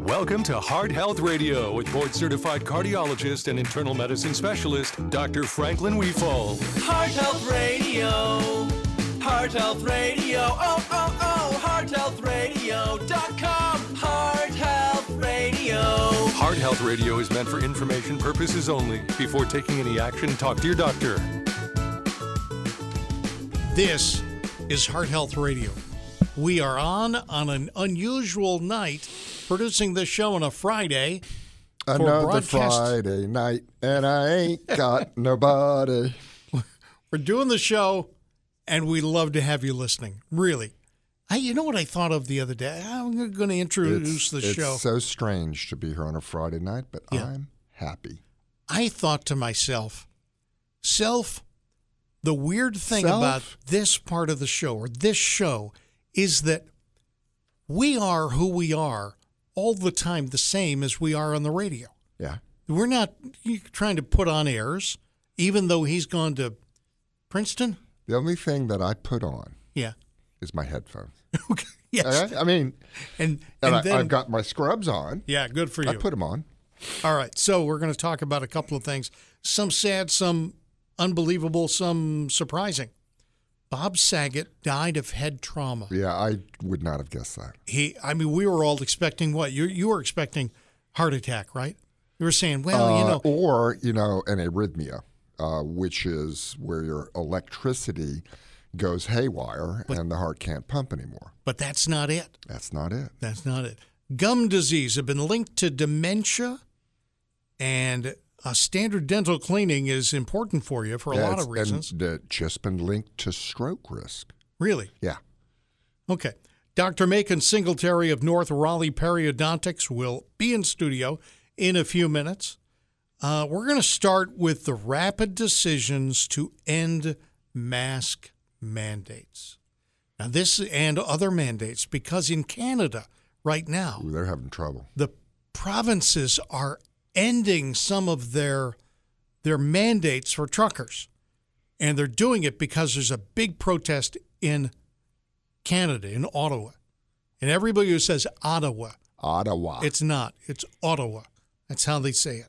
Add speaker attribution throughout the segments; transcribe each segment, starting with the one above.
Speaker 1: Welcome to Heart Health Radio with board certified cardiologist and internal medicine specialist, Dr. Franklin Weefall.
Speaker 2: Heart Health Radio. Heart Health Radio. Oh, oh, oh. HeartHealthRadio.com. Heart Health Radio.
Speaker 1: Heart Health Radio is meant for information purposes only. Before taking any action, talk to your doctor.
Speaker 3: This is Heart Health Radio. We are on on an unusual night, producing this show on a Friday. for
Speaker 4: Another
Speaker 3: broadcast-
Speaker 4: Friday night, and I ain't got nobody.
Speaker 3: We're doing the show, and we love to have you listening. Really, I, you know what I thought of the other day? I'm going to introduce the
Speaker 4: it's
Speaker 3: show.
Speaker 4: so strange to be here on a Friday night, but
Speaker 3: Yeah.
Speaker 4: I'm happy.
Speaker 3: I thought to myself, self, the weird thing
Speaker 4: Self?
Speaker 3: about this part of the show or this show is that we are who we are all the time, the same as we are on the radio.
Speaker 4: Yeah.
Speaker 3: We're not trying to put on airs, even though he's gone to Princeton.
Speaker 4: The only thing that I put on
Speaker 3: Yeah.
Speaker 4: is my headphones.
Speaker 3: Okay. Yes.
Speaker 4: Okay? I mean,
Speaker 3: And,
Speaker 4: and,
Speaker 3: and
Speaker 4: I,
Speaker 3: then,
Speaker 4: I've got my scrubs on.
Speaker 3: yeah, good for you.
Speaker 4: I put them on.
Speaker 3: All right, so we're going to talk about a couple of things some sad, some unbelievable, some surprising. Bob Saget died of head trauma.
Speaker 4: Yeah, I would not have guessed that.
Speaker 3: He, I mean, we were all expecting what? You, you were expecting heart attack, right? You were saying, well, you
Speaker 4: Uh,
Speaker 3: know,
Speaker 4: or you know, an arrhythmia, uh, which is where your electricity goes haywire and the heart can't pump anymore.
Speaker 3: but that's not it.
Speaker 4: That's not it.
Speaker 3: That's not it. Gum disease have been linked to dementia, and a standard dental cleaning is important for you for a
Speaker 4: Yeah,
Speaker 3: lot
Speaker 4: it's-
Speaker 3: of reasons.
Speaker 4: And it's just been linked to stroke risk.
Speaker 3: really?
Speaker 4: Yeah.
Speaker 3: Okay. Dr. Macon Singletary of North Raleigh Periodontics will be in studio in a few minutes. Uh, we're going to start with the rapid decisions to end mask mandates. Now, this and other mandates, because in Canada right now,
Speaker 4: Ooh, they're having trouble.
Speaker 3: the provinces are ending some of their their mandates for truckers and they're doing it because there's a big protest in Canada in Ottawa and everybody who says Ottawa
Speaker 4: Ottawa.
Speaker 3: it's not it's Ottawa that's how they say it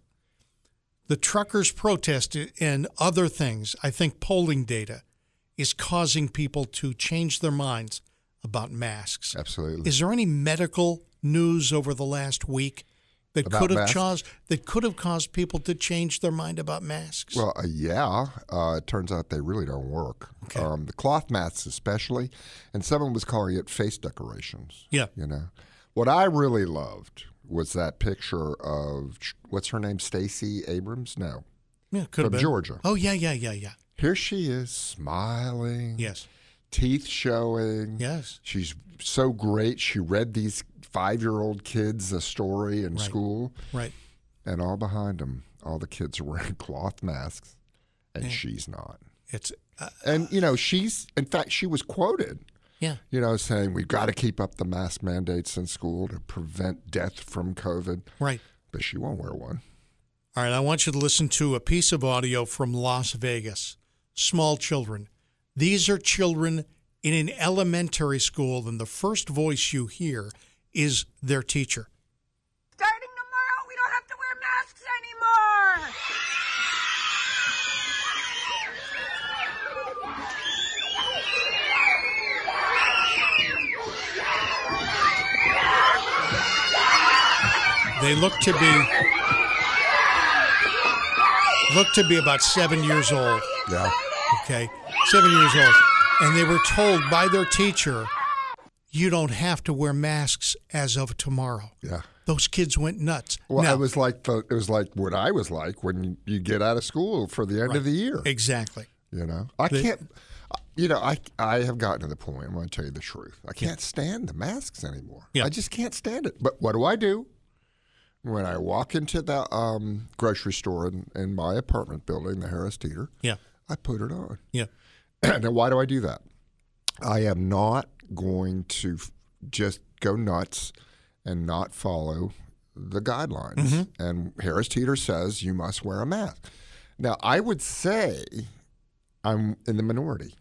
Speaker 3: the truckers protest and other things i think polling data is causing people to change their minds about masks
Speaker 4: absolutely.
Speaker 3: is there any medical news over the last week that
Speaker 4: About
Speaker 3: could have
Speaker 4: masks?
Speaker 3: caused that could have caused people to change their mind about masks?
Speaker 4: well, uh, yeah. Uh, it turns out they really don't work.
Speaker 3: Okay.
Speaker 4: Um, the cloth masks, especially, and someone was calling it face decorations.
Speaker 3: yeah,
Speaker 4: You know, what I really loved was that picture of what's her name, Stacey Abrams. No,
Speaker 3: yeah, could have
Speaker 4: from
Speaker 3: been
Speaker 4: Georgia.
Speaker 3: Oh yeah, yeah, yeah, yeah.
Speaker 4: here she is smiling.
Speaker 3: Yes,
Speaker 4: teeth showing.
Speaker 3: yes.
Speaker 4: She's so great. She read these five-year-old kids a story in
Speaker 3: Right.
Speaker 4: school,
Speaker 3: Right.
Speaker 4: and all behind them, all the kids are wearing cloth masks, and she's not.
Speaker 3: It's uh,
Speaker 4: And you know, she's in fact she was quoted,
Speaker 3: yeah,
Speaker 4: you know, saying we've got to keep up the mask mandates in school to prevent death from COVID,
Speaker 3: right.
Speaker 4: but she won't wear one.
Speaker 3: All right, I want you to listen to a piece of audio from Las Vegas. Small children. These are children in an elementary school, and the first voice you hear is their teacher.
Speaker 5: Starting tomorrow, we don't have to wear masks anymore.
Speaker 3: They look to be look to be about seven years old.
Speaker 4: Yeah,
Speaker 3: Okay, seven years old, and they were told by their teacher, "You don't have to wear masks as of tomorrow."
Speaker 4: yeah.
Speaker 3: Those kids went nuts.
Speaker 4: Well,
Speaker 3: Now-
Speaker 4: it was like the, it was like what I was like when you, you get out of school for the end of the year.
Speaker 3: exactly.
Speaker 4: You know, I
Speaker 3: They-
Speaker 4: can't. You know, I I have gotten to the point. I'm going to tell you the truth. I can't stand the masks anymore.
Speaker 3: Yeah.
Speaker 4: I just can't stand it. But what do I do when I walk into the um, grocery store in, in my apartment building, the Harris Teeter?
Speaker 3: Yeah,
Speaker 4: I put it on.
Speaker 3: yeah,
Speaker 4: now, why do I do that? I am not going to f- just go nuts and not follow the guidelines.
Speaker 3: Mm-hmm.
Speaker 4: And Harris Teeter says you must wear a mask. Now, I would say I'm in the minority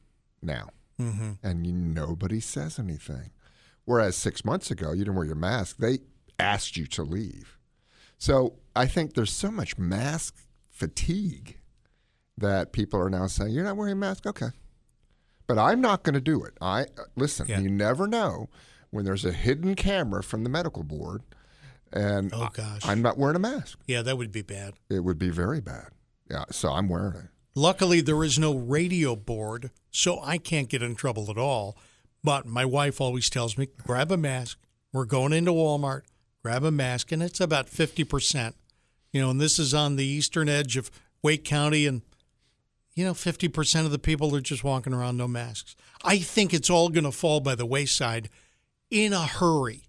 Speaker 4: now,
Speaker 3: Mm-hmm.
Speaker 4: and you, nobody says anything. Whereas six months ago, you didn't wear your mask. They asked you to leave. So I think there's so much mask fatigue that people are now saying, "You're not wearing a mask, okay." But I'm not going to do it. I uh, listen.
Speaker 3: Yeah.
Speaker 4: You never know when there's a hidden camera from the medical board, and
Speaker 3: Oh,
Speaker 4: I-
Speaker 3: gosh.
Speaker 4: I'm not wearing a mask.
Speaker 3: Yeah, that would be bad.
Speaker 4: It would be very bad. Yeah, so I'm wearing it.
Speaker 3: Luckily, there is no radio board, so I can't get in trouble at all. But my wife always tells me, grab a mask. We're going into Walmart, grab a mask, and it's about 50%. You know, and this is on the eastern edge of Wake County, and, you know, 50% of the people are just walking around no masks. I think it's all going to fall by the wayside in a hurry.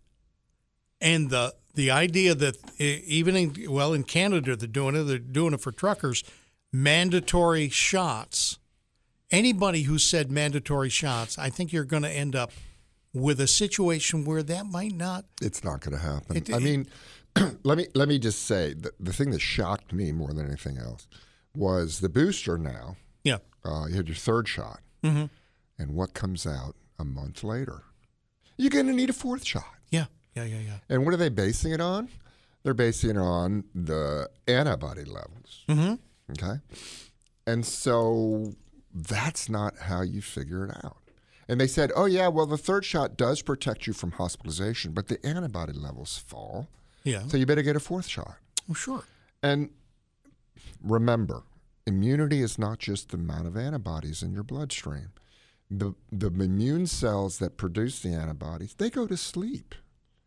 Speaker 3: And the the idea that e- even in well in Canada they're doing it, they're doing it for truckers, mandatory shots. Anybody who said mandatory shots, I think you're going to end up with a situation where that might not.
Speaker 4: It's not going to happen.
Speaker 3: It-
Speaker 4: I
Speaker 3: it-
Speaker 4: mean, let me let me just say the, the thing that shocked me more than anything else was the booster. Now
Speaker 3: Yeah,
Speaker 4: uh, you had your third shot,
Speaker 3: Mm-hmm.
Speaker 4: and what comes out a month later? You're going to need a fourth shot.
Speaker 3: yeah, yeah, yeah, yeah.
Speaker 4: And what are they basing it on? They're basing it on the antibody levels. Mm-hmm. Okay. And so that's not how you figure it out. And they said, oh, yeah, well, the third shot does protect you from hospitalization, but the antibody levels fall.
Speaker 3: Yeah,
Speaker 4: So you better get a fourth shot.
Speaker 3: oh, sure.
Speaker 4: And remember, immunity is not just the amount of antibodies in your bloodstream. The the immune cells that produce the antibodies, they go to sleep.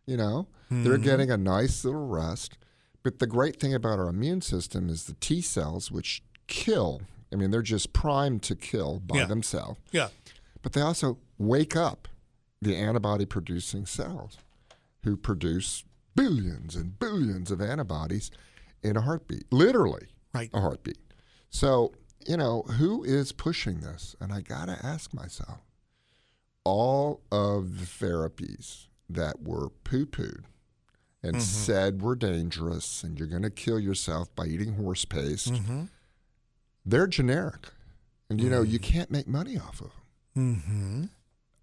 Speaker 4: You know, they're getting a nice little rest. But the great thing about our immune system is the T cells, which kill. I mean, they're just primed to kill by
Speaker 3: Yeah.
Speaker 4: themselves
Speaker 3: Yeah,
Speaker 4: but they also wake up the antibody producing cells who produce billions and billions of antibodies in a heartbeat, literally
Speaker 3: right.
Speaker 4: a heartbeat. So, you know, who is pushing this? And I got to ask myself all of the therapies that were poo pooed and said were dangerous and you're going to kill yourself by eating horse paste, they're generic. And, you know, you can't make money off of them
Speaker 3: Mm-hmm.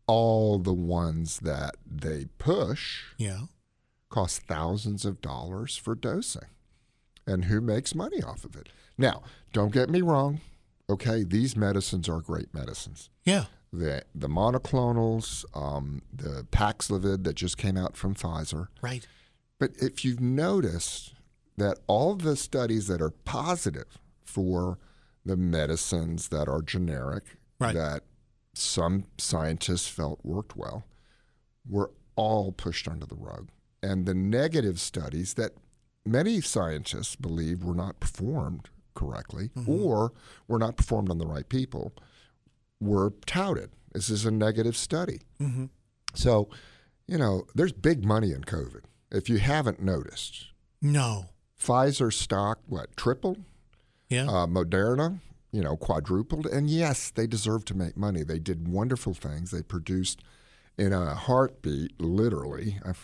Speaker 4: all the ones that they push
Speaker 3: Yeah,
Speaker 4: cost thousands of dollars for dosing. And who makes money off of it? Now, don't get me wrong. Okay, these medicines are great medicines.
Speaker 3: yeah,
Speaker 4: The, the monoclonals, um, the Paxlovid that just came out from Pfizer.
Speaker 3: right.
Speaker 4: But if you've noticed that all the studies that are positive for the medicines that are generic,
Speaker 3: Right.
Speaker 4: that some scientists felt worked well, were all pushed under the rug. And the negative studies that many scientists believe were not performed correctly or were not performed on the right people were touted. This is a negative study. So, you know, there's big money in COVID. If you haven't noticed,
Speaker 3: No.
Speaker 4: Pfizer stock, what, tripled?
Speaker 3: Yeah.
Speaker 4: Uh, Moderna, you know, quadrupled. And yes, they deserve to make money. They did wonderful things. They produced in a heartbeat, literally, I'm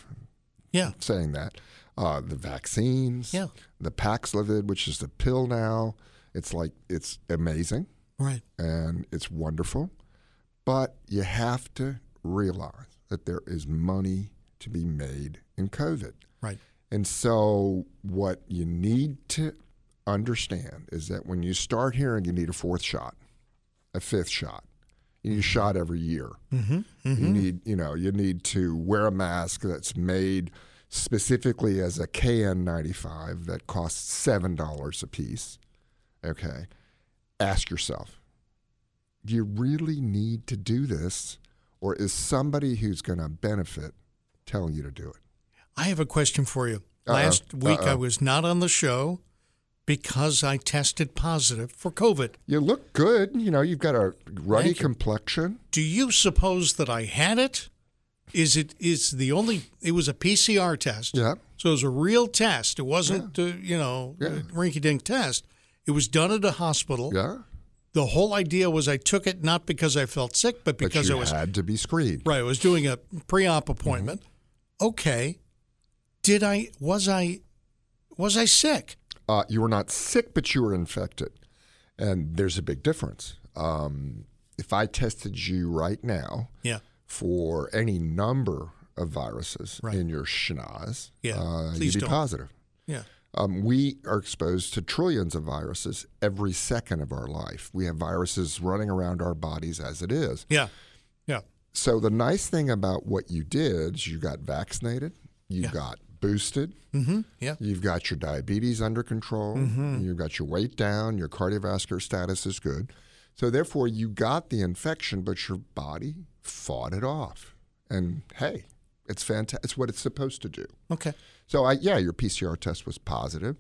Speaker 3: yeah.
Speaker 4: saying that, uh, the vaccines,
Speaker 3: Yeah.
Speaker 4: the Paxlovid, which is the pill now. It's like, it's amazing
Speaker 3: Right.
Speaker 4: and it's wonderful. But you have to realize that there is money to be made in COVID.
Speaker 3: Right.
Speaker 4: And so, what you need to understand is that when you start hearing you need a fourth shot, a fifth shot, you need a shot every year. You need, you know, you need to wear a mask that's made specifically as a KN95 that costs seven dollars a piece. Okay, ask yourself, do you really need to do this, or is somebody who's going to benefit telling you to do it?
Speaker 3: I have a question for you.
Speaker 4: Uh-oh.
Speaker 3: Last week I
Speaker 4: Uh-oh.
Speaker 3: was not on the show because I tested positive for COVID.
Speaker 4: You look good. You know, you've got a ruddy
Speaker 3: Thank you.
Speaker 4: complexion.
Speaker 3: Do you suppose that I had it? Is it is the only? It was a PCR test,
Speaker 4: Yeah.
Speaker 3: so it was a real test. It wasn't, uh, you know,
Speaker 4: Yeah.
Speaker 3: rinky-dink test. It was done at a hospital.
Speaker 4: Yeah.
Speaker 3: The whole idea was I took it not because I felt sick, but because
Speaker 4: but you
Speaker 3: I was
Speaker 4: had to be screened.
Speaker 3: right. I was doing a pre-op appointment.
Speaker 4: Mm-hmm.
Speaker 3: Okay, did I was I was I sick?
Speaker 4: Uh, you were not sick, but you were infected. And there's a big difference. Um, if I tested you right now
Speaker 3: Yeah,
Speaker 4: for any number of viruses
Speaker 3: Right.
Speaker 4: in your schnoz,
Speaker 3: Yeah.
Speaker 4: uh,
Speaker 3: Please
Speaker 4: you'd be
Speaker 3: don't.
Speaker 4: positive.
Speaker 3: Yeah.
Speaker 4: Um, we are exposed to trillions of viruses every second of our life. We have viruses running around our bodies as it is.
Speaker 3: Yeah. Yeah.
Speaker 4: So the nice thing about what you did is you got vaccinated, you got boosted,
Speaker 3: Mm-hmm. Yeah.
Speaker 4: you've got your diabetes under control, you've got your weight down, your cardiovascular status is good. So therefore, you got the infection, but your body fought it off. And hey, it's fantastic. It's what it's supposed to do.
Speaker 3: Okay.
Speaker 4: So I yeah, your PCR test was positive.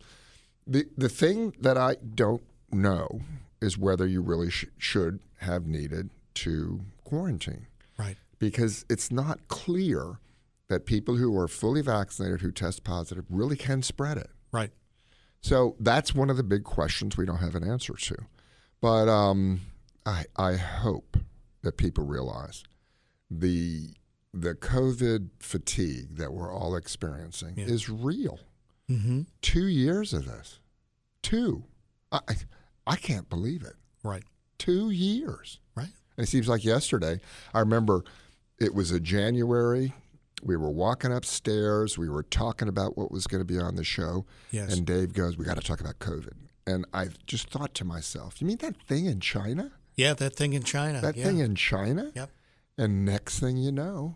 Speaker 4: The the thing that I don't know is whether you really sh- should have needed to quarantine
Speaker 3: Right.
Speaker 4: because it's not clear that people who are fully vaccinated who test positive really can spread it.
Speaker 3: Right.
Speaker 4: So that's one of the big questions we don't have an answer to. But um, I, I hope that people realize the the COVID fatigue that we're all experiencing
Speaker 3: Yeah.
Speaker 4: is real.
Speaker 3: Mm-hmm.
Speaker 4: Two years of this, two. I I, I can't believe it.
Speaker 3: Right.
Speaker 4: Two years.
Speaker 3: Right.
Speaker 4: And it seems like yesterday, I remember it was a January. We were walking upstairs. We were talking about what was going to be on the show.
Speaker 3: Yes.
Speaker 4: And Dave goes, We got to talk about COVID. And I just thought to myself, You mean that thing in China?
Speaker 3: Yeah. That thing in China.
Speaker 4: That
Speaker 3: yeah.
Speaker 4: thing in China?
Speaker 3: Yep.
Speaker 4: And next thing you know,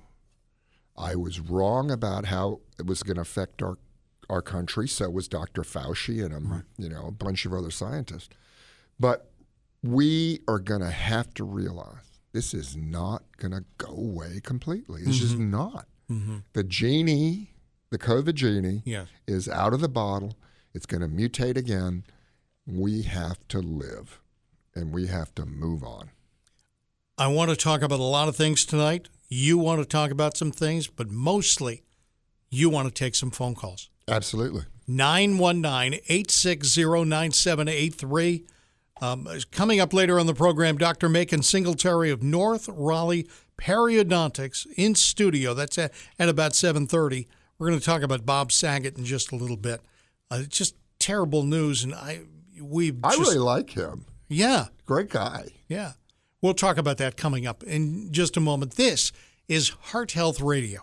Speaker 4: I was wrong about how it was going to affect our our country. So was Dr. Fauci and um, you know a bunch of other scientists. But we are going to have to realize this is not going to go away completely. It's just
Speaker 3: Mm-hmm.
Speaker 4: not. The genie, the COVID genie,
Speaker 3: Yeah.
Speaker 4: is out of the bottle. It's going to mutate again. We have to live, and we have to move on.
Speaker 3: I want to talk about a lot of things tonight. You want to talk about some things, but mostly you want to take some phone calls.
Speaker 4: Absolutely.
Speaker 3: 919-860-9783. Um, is coming up later on the program, Dr. Macon Singletary of North Raleigh Periodontics in studio. That's at, at about 7.30. We're going to talk about Bob Saget in just a little bit. Uh, it's just terrible news, and I we've
Speaker 4: I
Speaker 3: just-
Speaker 4: really like him.
Speaker 3: yeah.
Speaker 4: Great guy.
Speaker 3: Yeah. We'll talk about that coming up in just a moment. This is Heart Health Radio.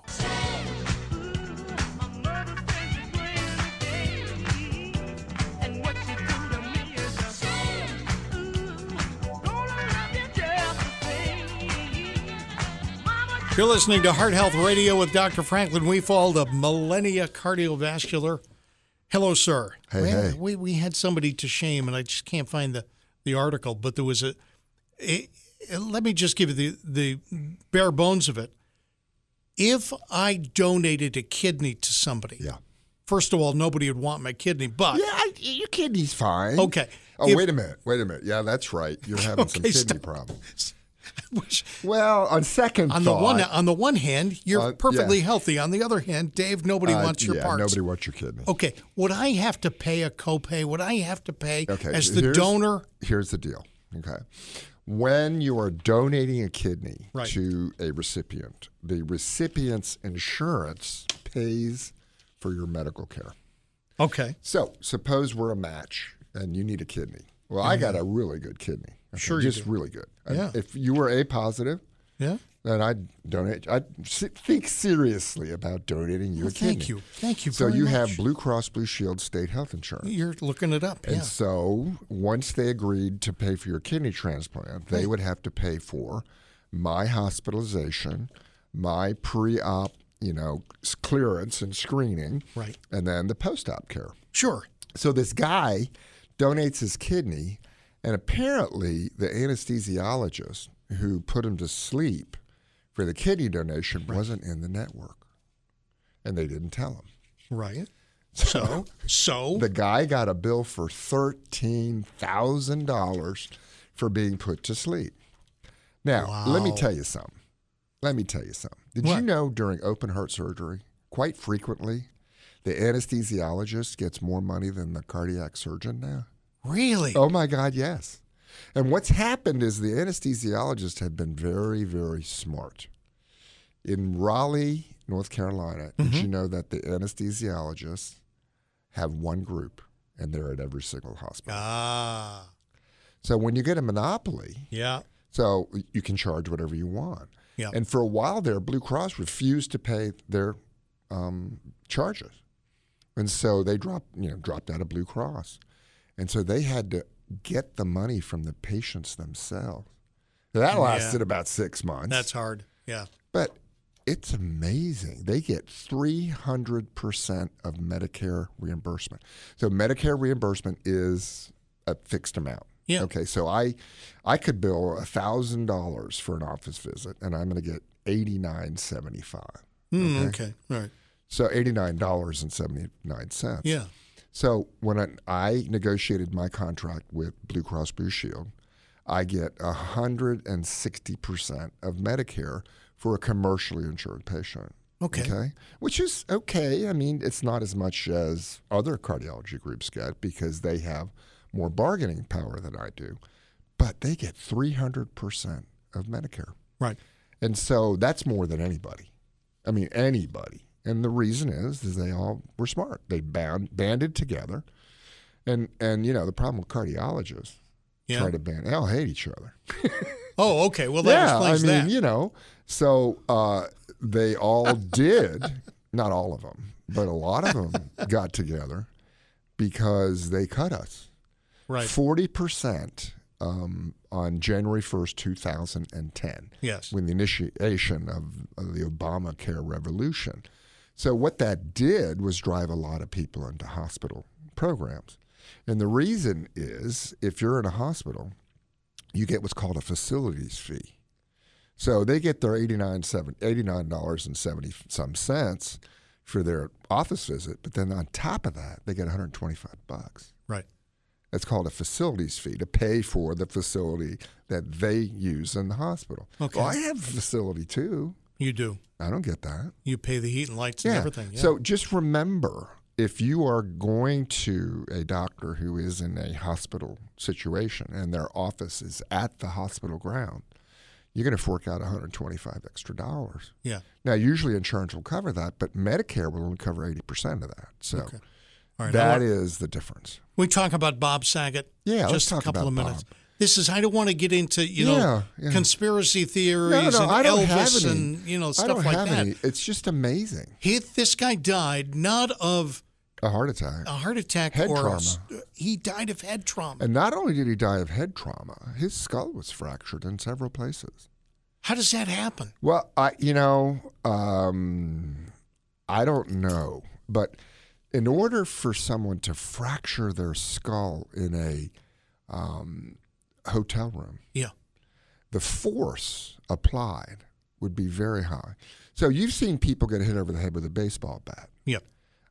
Speaker 3: You're listening to Heart Health Radio with Dr. Franklin Weefald of Millennia Cardiovascular. Hello, sir.
Speaker 4: Hey,
Speaker 3: we,
Speaker 4: hey.
Speaker 3: We, we had somebody to shame, and I just can't find the, the article, but there was a. it- it- let me just give you the, the bare bones of it. If I donated a kidney to somebody,
Speaker 4: Yeah.
Speaker 3: first of all, nobody would want my kidney, but
Speaker 4: Yeah, I, your kidney's fine.
Speaker 3: Okay.
Speaker 4: Oh,
Speaker 3: If-
Speaker 4: wait a minute. Wait a minute. Yeah, that's right. You're having some
Speaker 3: Okay,
Speaker 4: kidney
Speaker 3: stop.
Speaker 4: problems.
Speaker 3: which-
Speaker 4: Well, on second
Speaker 3: on the
Speaker 4: thought,
Speaker 3: one on the one hand, you're
Speaker 4: Uh, yeah.
Speaker 3: perfectly healthy. On the other hand, Dave, nobody
Speaker 4: uh,
Speaker 3: wants your
Speaker 4: yeah,
Speaker 3: parts.
Speaker 4: Nobody wants your kidney.
Speaker 3: Okay, would I have to pay a copay? Would I have to pay
Speaker 4: Okay,
Speaker 3: as the
Speaker 4: here's-
Speaker 3: donor?
Speaker 4: Here's the deal. Okay. When you are donating a kidney
Speaker 3: Right.
Speaker 4: to a recipient, the recipient's insurance pays for your medical care.
Speaker 3: Okay,
Speaker 4: So suppose we're a match and you need a kidney. Well, I got a really good kidney. Okay,
Speaker 3: Mm-hmm. Sure you
Speaker 4: just
Speaker 3: do.
Speaker 4: really good. And
Speaker 3: Yeah.
Speaker 4: If you were A positive,
Speaker 3: yeah.
Speaker 4: then I'd donate. I think seriously about donating you a kidney.
Speaker 3: Thank you, thank you.
Speaker 4: So
Speaker 3: very
Speaker 4: you
Speaker 3: much.
Speaker 4: have Blue Cross Blue Shield state health insurance.
Speaker 3: You're looking it up.
Speaker 4: And
Speaker 3: Yeah.
Speaker 4: so once they agreed to pay for your kidney transplant, they would have to pay for my hospitalization, my pre-op, you know, s- clearance and screening,
Speaker 3: Right.
Speaker 4: and then the post-op care.
Speaker 3: Sure.
Speaker 4: So this guy donates his kidney, and apparently the anesthesiologist who put him to sleep for the kidney donation wasn't in the network, and they didn't tell him.
Speaker 3: Right. So, so
Speaker 4: The guy got a bill for thirteen thousand dollars for being put to sleep. Now, let me
Speaker 3: Wow.
Speaker 4: tell you something. Let me tell you something. Did
Speaker 3: What?
Speaker 4: you know during open heart surgery, quite frequently, the anesthesiologist gets more money than the cardiac surgeon now?
Speaker 3: really,
Speaker 4: Oh my God, yes. And what's happened is the anesthesiologists have been very, very smart. In Raleigh, North Carolina, did you know that the anesthesiologists have one group and they're at every single hospital?
Speaker 3: ah,
Speaker 4: So when you get a monopoly,
Speaker 3: yeah,
Speaker 4: so you can charge whatever you want.
Speaker 3: Yeah.
Speaker 4: And for a while there, Blue Cross refused to pay their um, charges, and so they dropped you know dropped out of Blue Cross, and so they had to get the money from the patients themselves. That lasted about six months.
Speaker 3: That's hard. Yeah.
Speaker 4: But it's amazing. They get 300% of Medicare reimbursement. So Medicare reimbursement is a fixed amount.
Speaker 3: Yeah.
Speaker 4: Okay. So I I could bill $1,000 for an office visit and I'm going to get 89.75.
Speaker 3: Hmm, okay. All right.
Speaker 4: So $89.79.
Speaker 3: Yeah.
Speaker 4: So when I, I negotiated my contract with Blue Cross Blue Shield, I get 160% of Medicare for a commercially insured patient.
Speaker 3: Okay.
Speaker 4: Which is okay. I mean, it's not as much as other cardiology groups get because they have more bargaining power than I do, but they get 300% of Medicare.
Speaker 3: Right.
Speaker 4: And so that's more than anybody. I mean, anybody. And the reason is, is they all were smart. They bound, banded together. And, and, you know, the problem with cardiologists
Speaker 3: Yeah.
Speaker 4: try to band, they all hate each other.
Speaker 3: Oh, okay. Well, that
Speaker 4: I
Speaker 3: explains
Speaker 4: mean,
Speaker 3: that.
Speaker 4: you know, so uh, they all did, not all of them, but a lot of them got together because they cut us.
Speaker 3: Right.
Speaker 4: 40% um, on January 1st, 2010
Speaker 3: Yes.
Speaker 4: when the initiation of, of the Obamacare revolution. So what that did was drive a lot of people into hospital programs. And the reason is if you're in a hospital, you get what's called a facilities fee. So they get their 89 seven- $89.70 some cents for their office visit, but then on top of that, they get 125 bucks.
Speaker 3: Right.
Speaker 4: That's called a facilities fee to pay for the facility that they use in the hospital.
Speaker 3: Okay.
Speaker 4: Well, I have a facility too.
Speaker 3: You do.
Speaker 4: I don't get that.
Speaker 3: You pay the heat and lights and everything. Yeah.
Speaker 4: So just remember if you are going to a doctor who is in a hospital situation and their office is at the hospital ground, you're going to fork out 125 extra dollars.
Speaker 3: yeah.
Speaker 4: Now, usually insurance will cover that, but Medicare will only cover 80% of that. So that is
Speaker 3: All right. I want-
Speaker 4: the difference.
Speaker 3: we talk about Bob Saget.
Speaker 4: Yeah, let's
Speaker 3: Just
Speaker 4: talk
Speaker 3: a couple
Speaker 4: about
Speaker 3: of minutes.
Speaker 4: Bob.
Speaker 3: This is. I don't want to get into you know
Speaker 4: Yeah, yeah.
Speaker 3: conspiracy theories and Elvis and you know
Speaker 4: I
Speaker 3: stuff
Speaker 4: don't
Speaker 3: like
Speaker 4: have
Speaker 3: that.
Speaker 4: any. It's just amazing.
Speaker 3: He, this guy died not of
Speaker 4: A heart attack.
Speaker 3: a heart attack
Speaker 4: Head
Speaker 3: or
Speaker 4: trauma.
Speaker 3: he died of head trauma.
Speaker 4: And not only did he die of head trauma, his skull was fractured in several places.
Speaker 3: How does that happen?
Speaker 4: Well, I you know, um, I don't know, but in order for someone to fracture their skull in a um, hotel room,
Speaker 3: Yeah.
Speaker 4: the force applied would be very high. So you've seen people get hit over the head with a baseball bat.
Speaker 3: Yeah.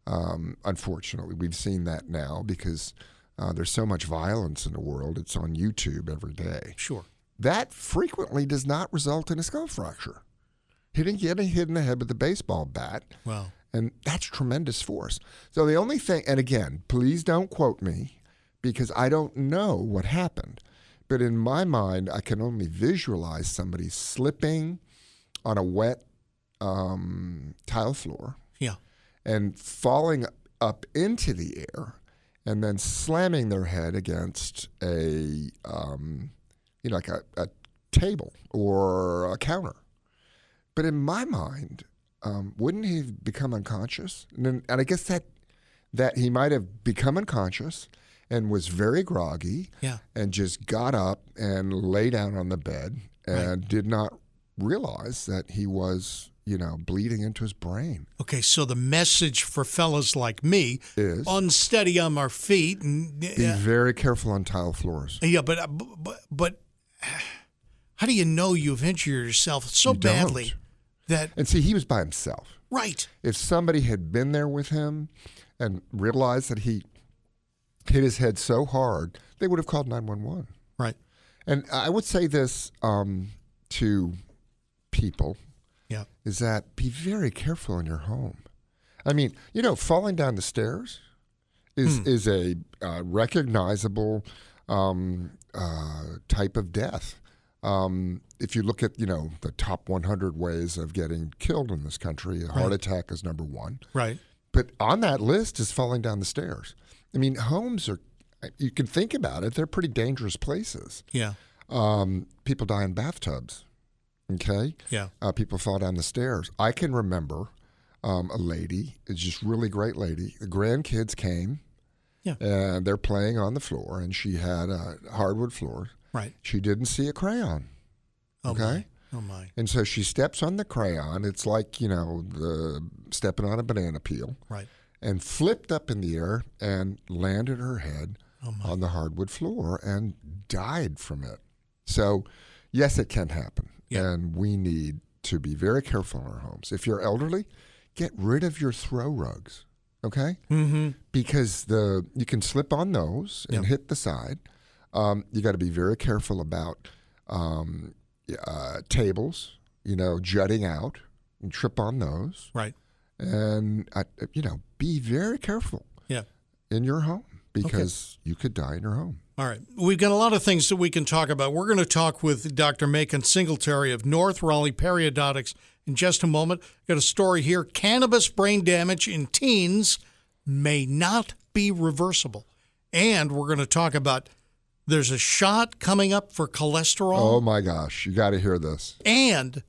Speaker 4: Um, unfortunately, we've seen that now because uh, there's so much violence in the world. It's on YouTube every day.
Speaker 3: Sure.
Speaker 4: That frequently does not result in a skull fracture. He didn't get hit in the head with a baseball bat,
Speaker 3: Wow.
Speaker 4: and that's tremendous force. So the only thing, and again, please don't quote me because I don't know what happened. But in my mind, I can only visualize somebody slipping on a wet um, tile floor
Speaker 3: Yeah.
Speaker 4: and falling up into the air and then slamming their head against a um, you know like a, a table or a counter but in my mind um, wouldn't he have become unconscious and, then, and i guess that that he might have become unconscious and was very groggy
Speaker 3: Yeah.
Speaker 4: and just got up and lay down on the bed and did not realize that he was you know bleeding into his brain
Speaker 3: Okay, so the message for fellas like me
Speaker 4: Is?
Speaker 3: unsteady on our feet and uh,
Speaker 4: Be
Speaker 3: yeah,
Speaker 4: very careful on tile floors.
Speaker 3: yeah but, but but how do you know you've injured yourself so
Speaker 4: You don't.
Speaker 3: badly that
Speaker 4: And see, he was by himself.
Speaker 3: right?
Speaker 4: If somebody had been there with him and realized that he hit his head so hard, they would have called 911.
Speaker 3: Right.
Speaker 4: And I would say this um, to people
Speaker 3: Yeah.
Speaker 4: is that be very careful in your home. I mean, you know, falling down the stairs is is a uh, recognizable um, uh, type of death. Um, if you look at you know the top 100 ways of getting killed in this country, a heart
Speaker 3: Right.
Speaker 4: attack is number one.
Speaker 3: Right.
Speaker 4: But on that list is falling down the stairs. I mean, homes are. You can think about it; they're pretty dangerous places.
Speaker 3: Yeah.
Speaker 4: Um, people die in bathtubs. Okay.
Speaker 3: Yeah.
Speaker 4: Uh, people fell down the stairs. I can remember um, a lady, a just really great lady. The grandkids came.
Speaker 3: Yeah.
Speaker 4: And they're playing on the floor, and she had a hardwood floor.
Speaker 3: Right.
Speaker 4: She didn't see a crayon.
Speaker 3: Oh
Speaker 4: Okay.
Speaker 3: My. Oh my.
Speaker 4: And so she steps on the crayon. It's like, you know, the stepping on a banana peel
Speaker 3: Right.
Speaker 4: and flipped up in the air and landed her head on the hardwood floor and died from it. So, yes, it can happen.
Speaker 3: Yeah.
Speaker 4: And we need to be very careful in our homes. If you're elderly, get rid of your throw rugs, okay?
Speaker 3: Mm-hmm.
Speaker 4: Because the you can slip on those and
Speaker 3: Yeah.
Speaker 4: hit the side. Um, you got to be very careful about um, uh, tables, you know, jutting out and trip on those
Speaker 3: Right.
Speaker 4: and I, you know be very careful
Speaker 3: Yeah.
Speaker 4: in your home because you could die in your home
Speaker 3: All right. We've got a lot of things that we can talk about. We're going to talk with Dr. Macon Singletary of North Raleigh Periodontics in just a moment. Got a story here. Cannabis brain damage in teens may not be reversible. And we're going to talk about there's a shot coming up for
Speaker 4: oh
Speaker 3: cholesterol
Speaker 4: my gosh you got to hear this
Speaker 3: and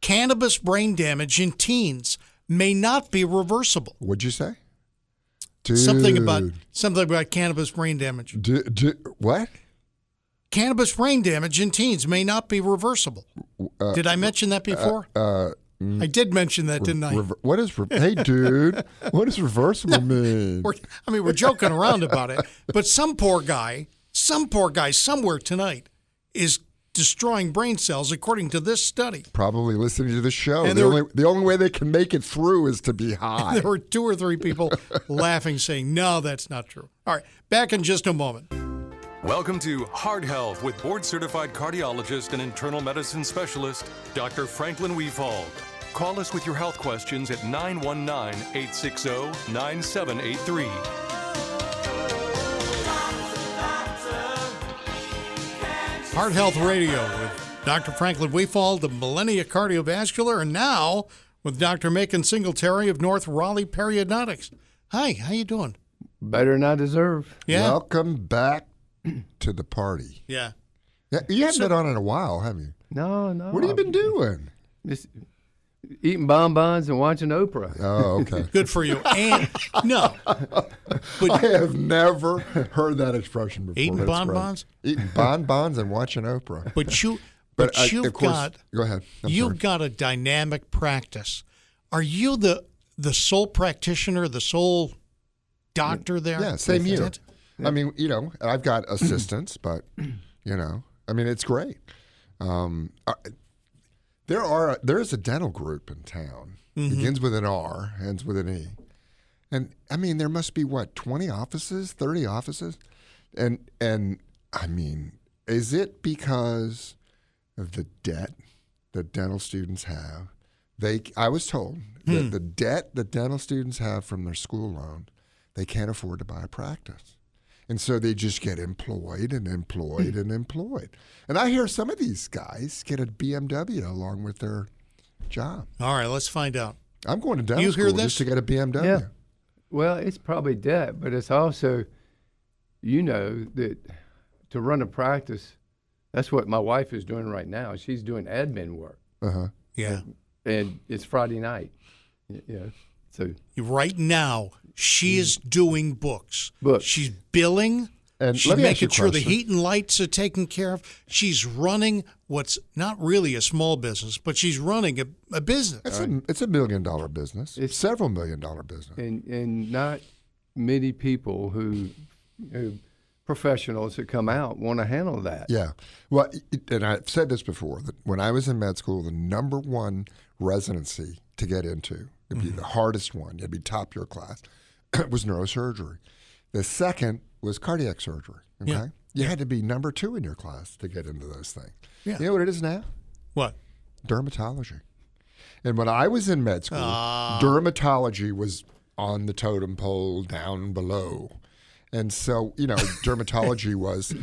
Speaker 3: cannabis brain damage in teens may not be reversible.
Speaker 4: what'd you say Dude,
Speaker 3: Something about something about cannabis brain damage.
Speaker 4: Du- du- what
Speaker 3: Cannabis brain damage in teens may not be reversible. did I mention that before?
Speaker 4: uh mm,
Speaker 3: I did mention that, didn't I?
Speaker 4: rever- what is re- hey dude what does reversible mean
Speaker 3: We're, I mean, we're joking around about it, but some poor guy, some poor guy somewhere tonight is destroying brain cells according to this study.
Speaker 4: probably listening to the show
Speaker 3: And
Speaker 4: the
Speaker 3: there-
Speaker 4: only the only way they can make it through is to be high
Speaker 3: There were two or three people laughing, saying, "No, that's not true." All right, back in just a moment.
Speaker 1: Welcome to Heart Health with board certified cardiologist and internal medicine specialist, Dr. Franklin Weefald. Call us with your health questions at 919 860 9783.
Speaker 3: Heart Health Radio with Dr. Franklin Weefall, the Millennia Cardiovascular, and now with Dr. Macon Singletary of North Raleigh Periodontics. Hi, how you doing?
Speaker 6: Better not deserve.
Speaker 3: Yeah,
Speaker 4: welcome back to the party
Speaker 3: yeah.
Speaker 4: Yeah, you haven't been on in a while have you
Speaker 6: No, no.
Speaker 4: what have
Speaker 3: Um,
Speaker 4: you been doing
Speaker 6: Just eating bonbons and watching Oprah.
Speaker 4: oh okay
Speaker 3: Good for you. And no,
Speaker 4: I have never heard that expression before.
Speaker 3: Eating
Speaker 4: That's great.
Speaker 3: bonbons?
Speaker 4: eating bonbons, and watching Oprah.
Speaker 3: but you, but,
Speaker 4: I-
Speaker 3: you've
Speaker 4: of course,
Speaker 3: got
Speaker 4: go ahead. I'm
Speaker 3: you've
Speaker 4: sorry.
Speaker 3: got a dynamic practice. Are you the the sole practitioner, the sole doctor there?
Speaker 4: yeah, same
Speaker 3: Is
Speaker 4: year.
Speaker 3: it?
Speaker 4: I mean, you know, I've got assistants, but you know, I mean, it's great. Um, I, there are there is a dental group in town.
Speaker 3: Mm-hmm.
Speaker 4: Begins with an R, ends with an E, and I mean, there must be what twenty offices, thirty offices, and and I mean, is it because of the debt that dental students have? They, I was told
Speaker 3: Hmm.
Speaker 4: that the debt that dental students have from their school loan, they can't afford to buy a practice. And so they just get employed and employed and employed. And I hear some of these guys get a BMW along with their job.
Speaker 3: All right, let's find out.
Speaker 4: I'm going to dental
Speaker 3: You
Speaker 4: school
Speaker 3: hear this?
Speaker 4: just to get a BMW.
Speaker 6: Yeah. Well, it's probably debt, but it's also, you know, that to run a practice, that's what my wife is doing right now. She's doing admin work,
Speaker 4: Uh-huh.
Speaker 3: Yeah,
Speaker 6: and it's Friday night. y- You know, so
Speaker 3: right now she is
Speaker 4: Hmm.
Speaker 3: doing books.
Speaker 6: Books.
Speaker 3: She's billing.
Speaker 4: And
Speaker 3: She's
Speaker 4: let me ask you
Speaker 3: making
Speaker 4: a
Speaker 3: sure the
Speaker 4: question.
Speaker 3: heat and lights are taken care of. She's running what's not really a small business, but she's running a, a business.
Speaker 4: It's, a, it's a million dollar business,
Speaker 6: It's-
Speaker 4: several million dollar business.
Speaker 6: and and not many people who, who professionals that come out want to handle that.
Speaker 4: Yeah. Well, it- and I've said this before that when I was in med school, the number one residency to get into, it'd
Speaker 3: Mm-hmm.
Speaker 4: be the hardest one, it'd be top your class, was neurosurgery. The second was cardiac surgery. Okay.
Speaker 3: Yeah.
Speaker 4: You had to be number two in your class to get into those things.
Speaker 3: Yeah.
Speaker 4: You know what it is now?
Speaker 3: What?
Speaker 4: Dermatology. And when I was in med school, dermatology was on the totem pole down below. And so, you know, dermatology was,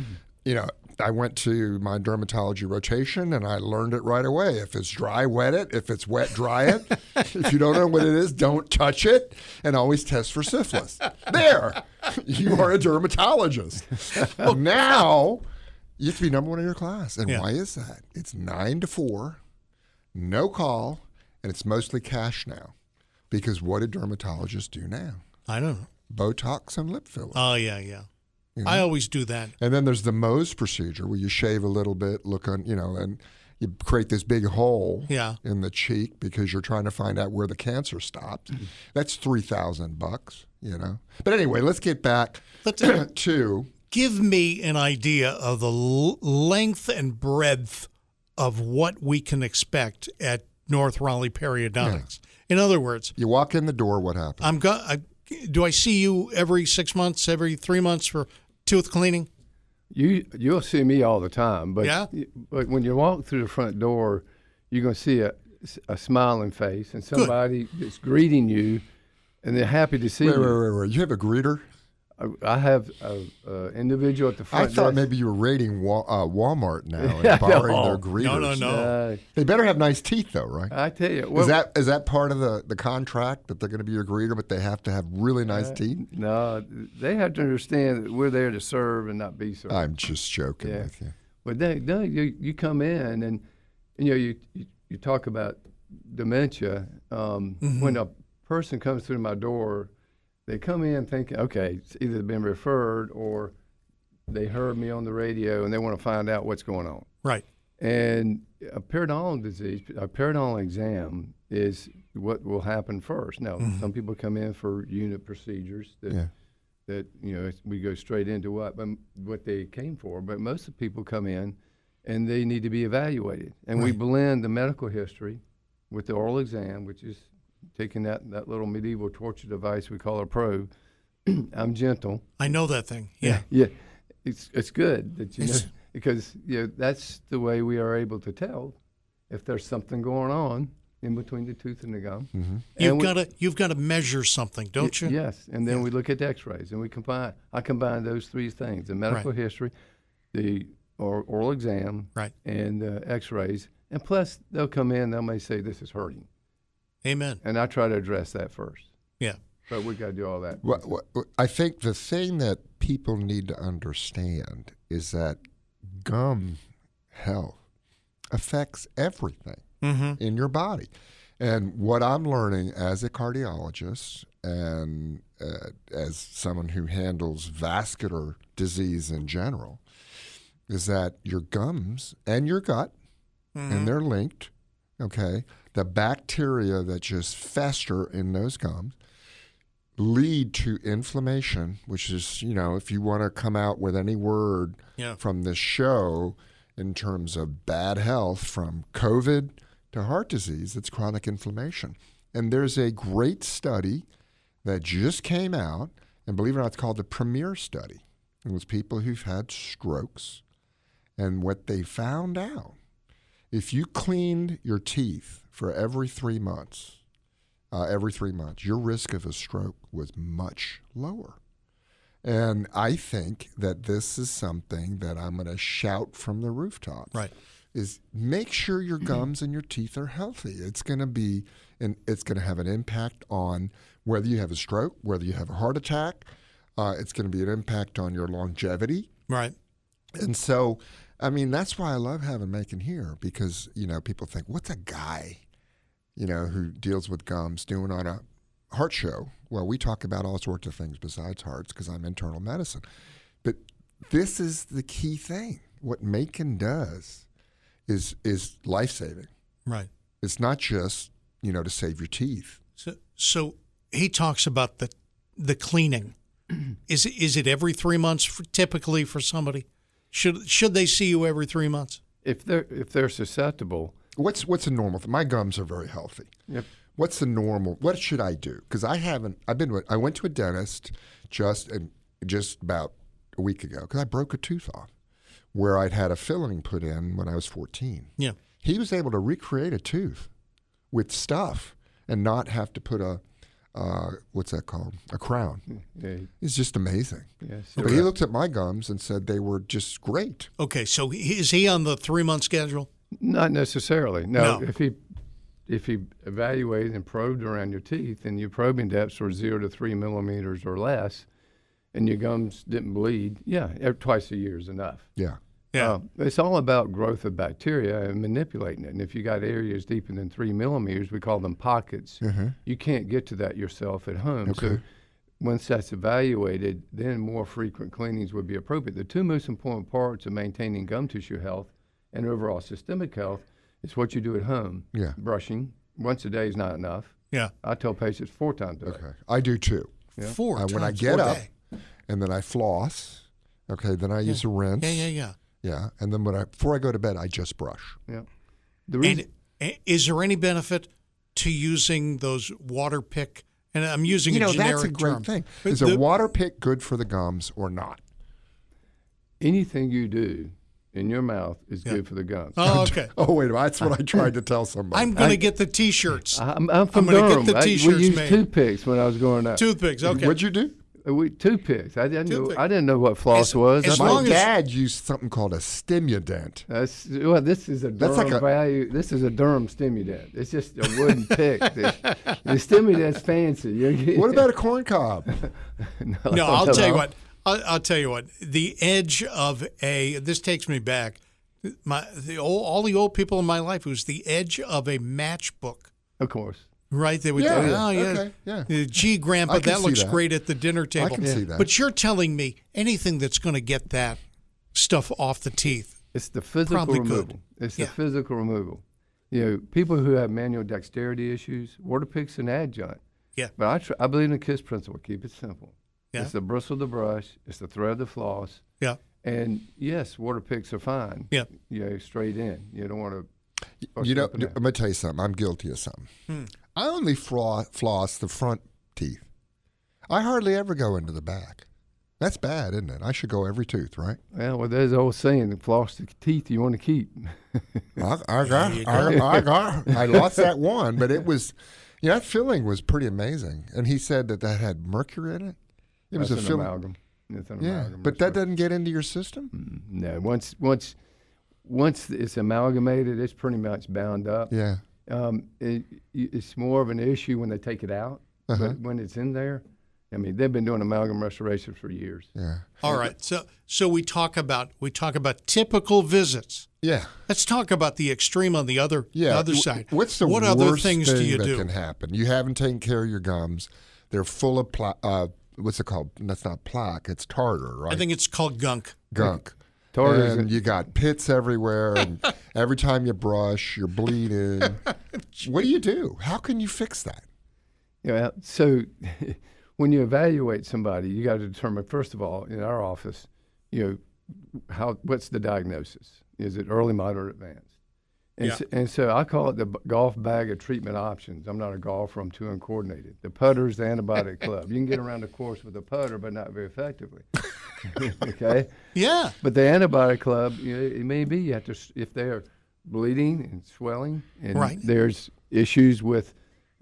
Speaker 4: you know, I went to my dermatology rotation and I learned it right away. If it's dry, wet it. If it's wet, dry it. if you don't know what it is, don't touch it. And always test for syphilis. There, you are a dermatologist. now, you have to be number one in your class. And
Speaker 3: Yeah.
Speaker 4: why is that? It's nine to four no call, and it's mostly cash now. Because what do dermatologists do now?
Speaker 3: I don't know.
Speaker 4: Botox and lip filler.
Speaker 3: Oh yeah, yeah.
Speaker 4: you
Speaker 3: I
Speaker 4: know?
Speaker 3: always do that.
Speaker 4: And then there's the Mohs procedure where you shave a little bit, look on, you know, and you create this big hole
Speaker 3: Yeah.
Speaker 4: in the cheek because you're trying to find out where the cancer stopped.
Speaker 3: Mm-hmm.
Speaker 4: That's 3000 bucks, you know. But anyway, let's get back
Speaker 3: Let's-
Speaker 4: to
Speaker 3: Give me an idea of the l- length and breadth of what we can expect at North Raleigh Periodontics. In other words,
Speaker 4: you walk in the door, what happens?
Speaker 3: I'm go- I, do I see you every six months, every three months for tooth cleaning?
Speaker 6: You you'll see me all the time, but
Speaker 3: Yeah?
Speaker 6: but when you walk through the front door, you're gonna see a, a smiling face and somebody that's greeting you, and they're happy to see
Speaker 4: wait,
Speaker 6: you.
Speaker 4: wait, wait, wait. You have a greeter?
Speaker 6: I, I have a, a individual at the
Speaker 4: I
Speaker 6: front.
Speaker 4: thought
Speaker 6: desk,
Speaker 4: maybe you were raiding Wa- uh, Walmart now
Speaker 6: No.
Speaker 4: and borrowing their greeters.
Speaker 3: No, no, no.
Speaker 6: uh,
Speaker 4: They better have nice teeth, though, right?
Speaker 6: I tell you,
Speaker 4: is
Speaker 6: Uh, well,
Speaker 4: that is that part of the, the contract that they're going to be your greeter, but they have to have really nice teeth?
Speaker 6: no, they have to understand that we're there to serve and not be served.
Speaker 4: I'm just joking
Speaker 6: Yeah.
Speaker 4: with you.
Speaker 6: But then, then you, you come in and you know you you, you talk about dementia. Um, When a person comes through my door, they come in thinking, okay, it's either been referred or they heard me on the radio and they want to find out what's going on.
Speaker 3: Right.
Speaker 6: And a periodontal disease, a periodontal exam is what will happen first. Now, some people come in for unit procedures that,
Speaker 4: Yeah.
Speaker 6: that you know we go straight into what but what they came for. But most of the people come in and they need to be evaluated, and we blend the medical history with the oral exam, which is taking that, that little medieval torture device we call a probe. I'm gentle.
Speaker 3: I know that thing. Yeah.
Speaker 6: Yeah, it's it's good that you know,
Speaker 3: It's-
Speaker 6: because you know, that's the way we are able to tell if there's something going on in between the tooth and the gum. Mm-hmm.
Speaker 3: You've got to you've got to measure something, don't you?
Speaker 6: Yes, and then we look at the X-rays, and we combine. I combine those three things: the medical history, the or, oral exam,
Speaker 3: Right.
Speaker 6: and the X-rays. And plus, they'll come in. They may say this is hurting,
Speaker 3: Amen.
Speaker 6: and I try to address that first.
Speaker 3: Yeah.
Speaker 6: But we got to do all that.
Speaker 4: What, what, what- I think the thing that people need to understand is that gum health affects everything
Speaker 6: Mm-hmm.
Speaker 4: in your body. And what I'm learning as a cardiologist and uh, as someone who handles vascular disease in general is that your gums and your gut, and they're linked, okay? The bacteria that just fester in those gums lead to inflammation, which is, you know, if you want to come out with any word
Speaker 3: Yeah.
Speaker 4: from this show in terms of bad health from COVID to heart disease, it's chronic inflammation. And there's a great study that just came out, and believe it or not, it's called the Premier Study. It was people who've had strokes. And what they found out if you cleaned your teeth for every three months, uh, every three months, your risk of a stroke was much lower. And I think that this is something that I'm going to shout from the rooftops.
Speaker 3: Right.
Speaker 4: Is make sure your gums and your teeth are healthy. It's going to be, and it's going to have an impact on whether you have a stroke, whether you have a heart attack. Uh, it's going to be an impact on your longevity.
Speaker 3: Right.
Speaker 4: And so, I mean, that's why I love having Macon here because, you know, people think, what's a guy, you know, who deals with gums doing on a heart show? Well, we talk about all sorts of things besides hearts because I'm internal medicine. But this is the key thing. What Macon does is is life saving.
Speaker 3: Right.
Speaker 4: It's not just, you know, to save your teeth.
Speaker 3: So, so he talks about the the cleaning. Is it, is it every three months for, typically for somebody? Should should they see you every three months?
Speaker 6: If they're if they're susceptible,
Speaker 4: What's what's a normal thing? My gums are very healthy.
Speaker 6: Yep.
Speaker 4: What's the normal? What should I do? Because I haven't. I've been. with- I went to a dentist just and just about a week ago because I broke a tooth off where I'd had a filling put in when I was 14.
Speaker 3: Yeah.
Speaker 4: He was able to recreate a tooth with stuff and not have to put a uh, what's that called? A crown.
Speaker 6: yeah,
Speaker 4: It's just amazing.
Speaker 6: Hmm. yeah,
Speaker 4: But he looked at my gums and said they were just great.
Speaker 3: Okay. So he- is he on the three month schedule?
Speaker 6: Not necessarily. No,
Speaker 3: No.
Speaker 6: if he if he evaluated and probed around your teeth, and your probing depths were zero to three millimeters or less, and your gums didn't bleed, yeah, ev- twice e, a year is enough.
Speaker 4: Yeah.
Speaker 3: Yeah.
Speaker 6: Uh, it's all about growth of bacteria and manipulating it. And if you got areas deeper than three millimeters, we call them pockets.
Speaker 4: Mm-hmm.
Speaker 6: You can't get to that yourself at home. So once that's evaluated, then more frequent cleanings would be appropriate. The two most important parts of maintaining gum tissue health and overall systemic health is what you do at home.
Speaker 4: Yeah.
Speaker 6: Brushing once a day is not enough.
Speaker 3: yeah.
Speaker 6: I tell patients four times a day.
Speaker 4: Okay. I do too.
Speaker 3: Four
Speaker 4: I-
Speaker 3: times
Speaker 4: Uh, when I get
Speaker 3: a
Speaker 4: up
Speaker 3: day.
Speaker 4: and then I floss. Okay, then I use a rinse.
Speaker 3: Yeah, yeah, yeah.
Speaker 4: Yeah, and then when I before I go to bed, I just brush.
Speaker 6: Yeah. The
Speaker 3: And i- is there any benefit to using those water pick? And I'm using
Speaker 4: you know
Speaker 3: a generic
Speaker 4: that's a great
Speaker 3: term.
Speaker 4: thing.
Speaker 3: But
Speaker 4: Is
Speaker 3: the-
Speaker 4: a water pick good for the gums or not?
Speaker 6: anything you do in your mouth is good for the gums.
Speaker 3: Oh, okay.
Speaker 4: Oh wait, a minute, that's what I tried to tell somebody.
Speaker 3: I'm going to get the T-shirts,
Speaker 4: Uh-huh.
Speaker 6: I'm, I'm from
Speaker 3: gonna get
Speaker 6: Durham.
Speaker 3: the
Speaker 6: I-
Speaker 3: t-shirts
Speaker 6: we used
Speaker 3: made.
Speaker 6: toothpicks when I was growing up.
Speaker 3: toothpicks. Okay.
Speaker 4: What'd you do?
Speaker 6: Uh, we, toothpicks. I didn't know.
Speaker 3: Toothpick.
Speaker 6: I didn't know what floss
Speaker 3: As-
Speaker 6: was.
Speaker 3: as
Speaker 6: I
Speaker 3: long
Speaker 4: My
Speaker 6: thought-
Speaker 3: as-
Speaker 4: dad used something called a stimudent.
Speaker 6: that's, well, this is a Durham
Speaker 4: That's like a-
Speaker 6: value. This is a Durham stimulant. It's just a wooden pick. The, the stimulant's fancy. You're getting-
Speaker 4: What about a corn cob?
Speaker 3: no, I'll tell you what. I'll, I'll tell you what. The edge of a this takes me back. My the old, all the old people in my life it was the edge of a matchbook.
Speaker 6: Of course.
Speaker 3: Right, they would.
Speaker 4: Yeah,
Speaker 3: tell you, oh, yeah.
Speaker 4: okay, yeah.
Speaker 3: Uh, Gee, Grandpa,
Speaker 4: I can
Speaker 3: that
Speaker 4: see
Speaker 3: looks
Speaker 4: that.
Speaker 3: great at the dinner table.
Speaker 4: can see that.
Speaker 3: But you're telling me anything that's going to get that stuff off the teeth.
Speaker 6: It's the physical
Speaker 3: Probably
Speaker 6: removal.
Speaker 3: good.
Speaker 6: It's
Speaker 3: Yeah.
Speaker 6: the physical removal. You know, people who have manual dexterity issues, water picks an adjunct.
Speaker 3: Yeah.
Speaker 6: But I, tr- I believe in the KISS principle. Keep it simple.
Speaker 3: Yeah.
Speaker 6: It's the bristle, the brush. It's the thread, the floss.
Speaker 3: Yeah,
Speaker 6: And yes, water picks are fine.
Speaker 3: Yeah.
Speaker 6: You know, straight in. You don't want to.
Speaker 4: you know, I'm gonna tell you something. I'm guilty of something.
Speaker 3: Hmm.
Speaker 4: I only flaw, floss the front teeth. I hardly ever go into the back. That's bad, isn't it? I should go every tooth, right?
Speaker 6: Yeah, well, there's the old saying: the floss the teeth you want to keep.
Speaker 4: I, I got, I, I got, I lost that one, but it was, you know, that filling was pretty amazing. And he said that that had mercury in it. It was
Speaker 6: That's
Speaker 4: a
Speaker 6: an
Speaker 4: filling.
Speaker 6: amalgam. It's an
Speaker 4: Yeah,
Speaker 6: amalgam. Mm.
Speaker 4: but
Speaker 6: It's
Speaker 4: that
Speaker 6: what-
Speaker 4: doesn't get into your system.
Speaker 6: no. Once once once it's amalgamated, it's pretty much bound up.
Speaker 4: Yeah,
Speaker 6: Um, it, it's more of an issue when they take it out,
Speaker 4: Uh-huh.
Speaker 6: but when it's in there, I mean, they've been doing amalgam restorations for years.
Speaker 4: yeah,
Speaker 3: All right. So so we talk about we talk about typical visits.
Speaker 4: yeah,
Speaker 3: Let's talk about the extreme on the other
Speaker 4: yeah.
Speaker 3: the other
Speaker 4: W-
Speaker 3: side.
Speaker 4: What's the
Speaker 3: what
Speaker 4: worst
Speaker 3: other things
Speaker 4: thing
Speaker 3: do you
Speaker 4: that
Speaker 3: do?
Speaker 4: can happen? You haven't taken care of your gums. They're full of pla- uh, what's it called? That's not plaque. It's tartar, right?
Speaker 3: I think it's called gunk.
Speaker 4: gunk.
Speaker 6: Tartar is
Speaker 4: and you got pits everywhere, and every time you brush, you're bleeding. what do you do? How can you fix that?
Speaker 6: Yeah. So when you evaluate somebody, you got to determine first of all in our office, you know, how what's the diagnosis? Is it early, moderate, advanced? And,
Speaker 3: Yeah.
Speaker 6: so, and so I call it the b- golf bag of treatment options. I'm not a golfer. I'm too uncoordinated. The putter's the antibiotic club. You can get around the course with a putter, but not very effectively. okay.
Speaker 3: Yeah.
Speaker 6: But the antibiotic club, you know, it may be you have to s- if they're bleeding and swelling, and
Speaker 3: Right.
Speaker 6: there's issues with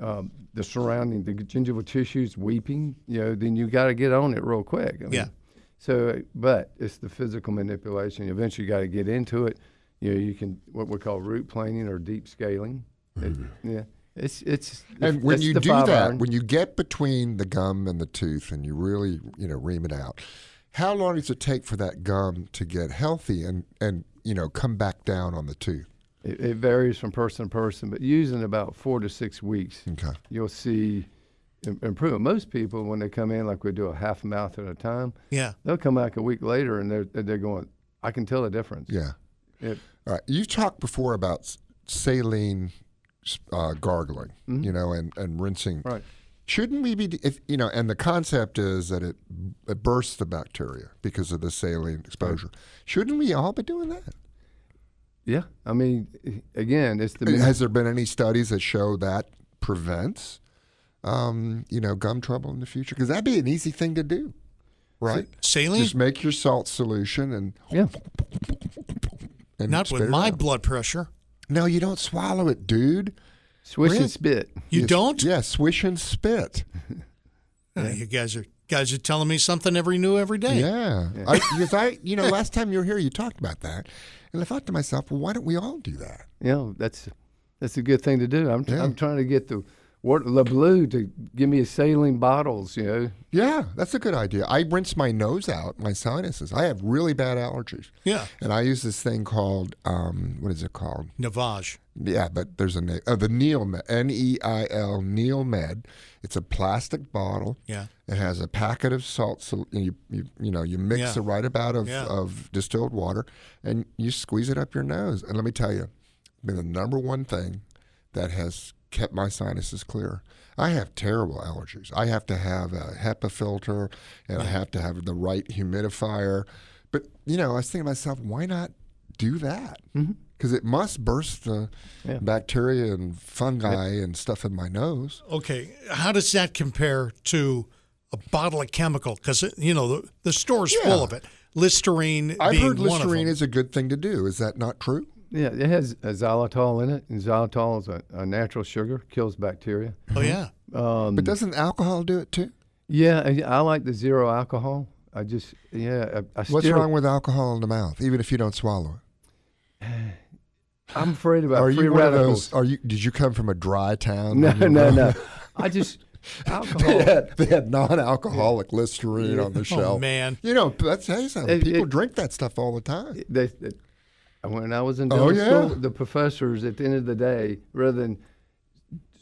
Speaker 6: um, the surrounding the gingival tissues weeping. You know, then you got to get on it real quick. I mean,
Speaker 3: Yeah.
Speaker 6: So, but it's the physical manipulation. You Eventually, got to get into it. You know, you can what we call root planing or deep scaling. It- yeah. It's it's
Speaker 4: Mm-hmm. And when
Speaker 6: it's
Speaker 4: you
Speaker 6: the
Speaker 4: do
Speaker 6: five
Speaker 4: that,
Speaker 6: iron.
Speaker 4: when you get between the gum and the tooth, and you really, you know, ream it out, how long does it take for that gum to get healthy and and you know come back down on the tooth?
Speaker 6: It, it varies from person to person, but using about four to six weeks,
Speaker 4: Okay.
Speaker 6: you'll see im- improvement. Most people, when they come in, like we do a half mouth at a time,
Speaker 3: Yeah.
Speaker 6: they'll come back a week later and they're they're going, I can tell the difference.
Speaker 4: Yeah.
Speaker 6: It-
Speaker 4: All right. You've talked before about s- saline uh, gargling, you know, and, and rinsing.
Speaker 6: Mm-hmm. Right.
Speaker 4: Shouldn't we be, if, you know, and the concept is that it, it bursts the bacteria because of the saline exposure. Shouldn't we all be doing that?
Speaker 6: yeah. I mean, i- again, it's the
Speaker 3: Mm-hmm.
Speaker 4: And Has there been any studies that show that prevents, um, you know, gum trouble in the future? Because that'd be an easy thing to do, right?
Speaker 3: Saline?
Speaker 4: Just make your salt solution and,
Speaker 6: yeah.
Speaker 4: and
Speaker 3: Not
Speaker 4: spit
Speaker 3: with
Speaker 4: it
Speaker 3: my
Speaker 4: out.
Speaker 3: blood pressure.
Speaker 4: No, you don't swallow it, dude.
Speaker 6: Swish
Speaker 4: Really?
Speaker 6: and spit.
Speaker 3: You don't?
Speaker 4: Yeah, swish and spit.
Speaker 3: Uh, You guys are guys are telling me something every new every day.
Speaker 4: Yeah, I, because I, you know, last time you were here, you talked about that, and I thought to myself, well, why don't we all do that?
Speaker 6: You know, that's that's a good thing to do. I'm tr-
Speaker 4: Yeah.
Speaker 6: I'm trying to get the what LeBlue to give me saline bottles, you know.
Speaker 4: Yeah, that's a good idea. I rinse my nose out, my sinuses. I have really bad allergies.
Speaker 3: Yeah.
Speaker 4: And I use this thing called, um, what is it called?
Speaker 3: Navage.
Speaker 4: Yeah, but there's a name. Uh, the Neil Med, N E I L Neil Med. It's a plastic bottle.
Speaker 3: Yeah.
Speaker 4: It has a packet of salt. So you, you you know you mix
Speaker 3: Yeah.
Speaker 4: the right amount of,
Speaker 3: Yeah.
Speaker 4: of distilled water, and you squeeze it up your nose. And let me tell you, been the number one thing that has kept my sinuses clear. I have terrible allergies. I have to have a HEPA filter, and I have to have the right humidifier. But you know, I was thinking to myself, why not do that?
Speaker 3: Mm-hmm.
Speaker 4: Because it must burst the bacteria and fungi and stuff in my nose.
Speaker 3: Okay, how does that compare to a bottle of chemical? Because you know the, the store's full
Speaker 4: Yeah.
Speaker 3: of it. Listerine.
Speaker 4: I've
Speaker 3: being
Speaker 4: heard
Speaker 3: one of
Speaker 4: Listerine
Speaker 3: them.
Speaker 4: is a good thing to do. Is that not true?
Speaker 6: Yeah, it has a xylitol in it, and xylitol is a, a natural sugar, kills bacteria.
Speaker 3: Oh yeah.
Speaker 4: But doesn't alcohol do it too?
Speaker 6: Yeah, and I like the zero alcohol. I just yeah. I, I
Speaker 4: What's
Speaker 6: still,
Speaker 4: wrong with alcohol in the mouth, even if you don't swallow it?
Speaker 6: I'm afraid about
Speaker 4: Are
Speaker 6: Uh, free
Speaker 4: you one of
Speaker 6: radicals.
Speaker 4: those? Are you? Did you come from a dry town?
Speaker 6: No,
Speaker 4: when you
Speaker 6: no,
Speaker 4: were-
Speaker 6: no. I just alcohol.
Speaker 4: they, had, they had non-alcoholic Listerine on the shelf.
Speaker 3: Oh, man.
Speaker 4: you know that's hey, son,
Speaker 6: Oh, It-
Speaker 4: people
Speaker 6: it-
Speaker 4: drink that stuff all the time.
Speaker 6: they, they- when I was in dental
Speaker 4: Oh, yeah.
Speaker 6: school, the professors at the end of the day, rather than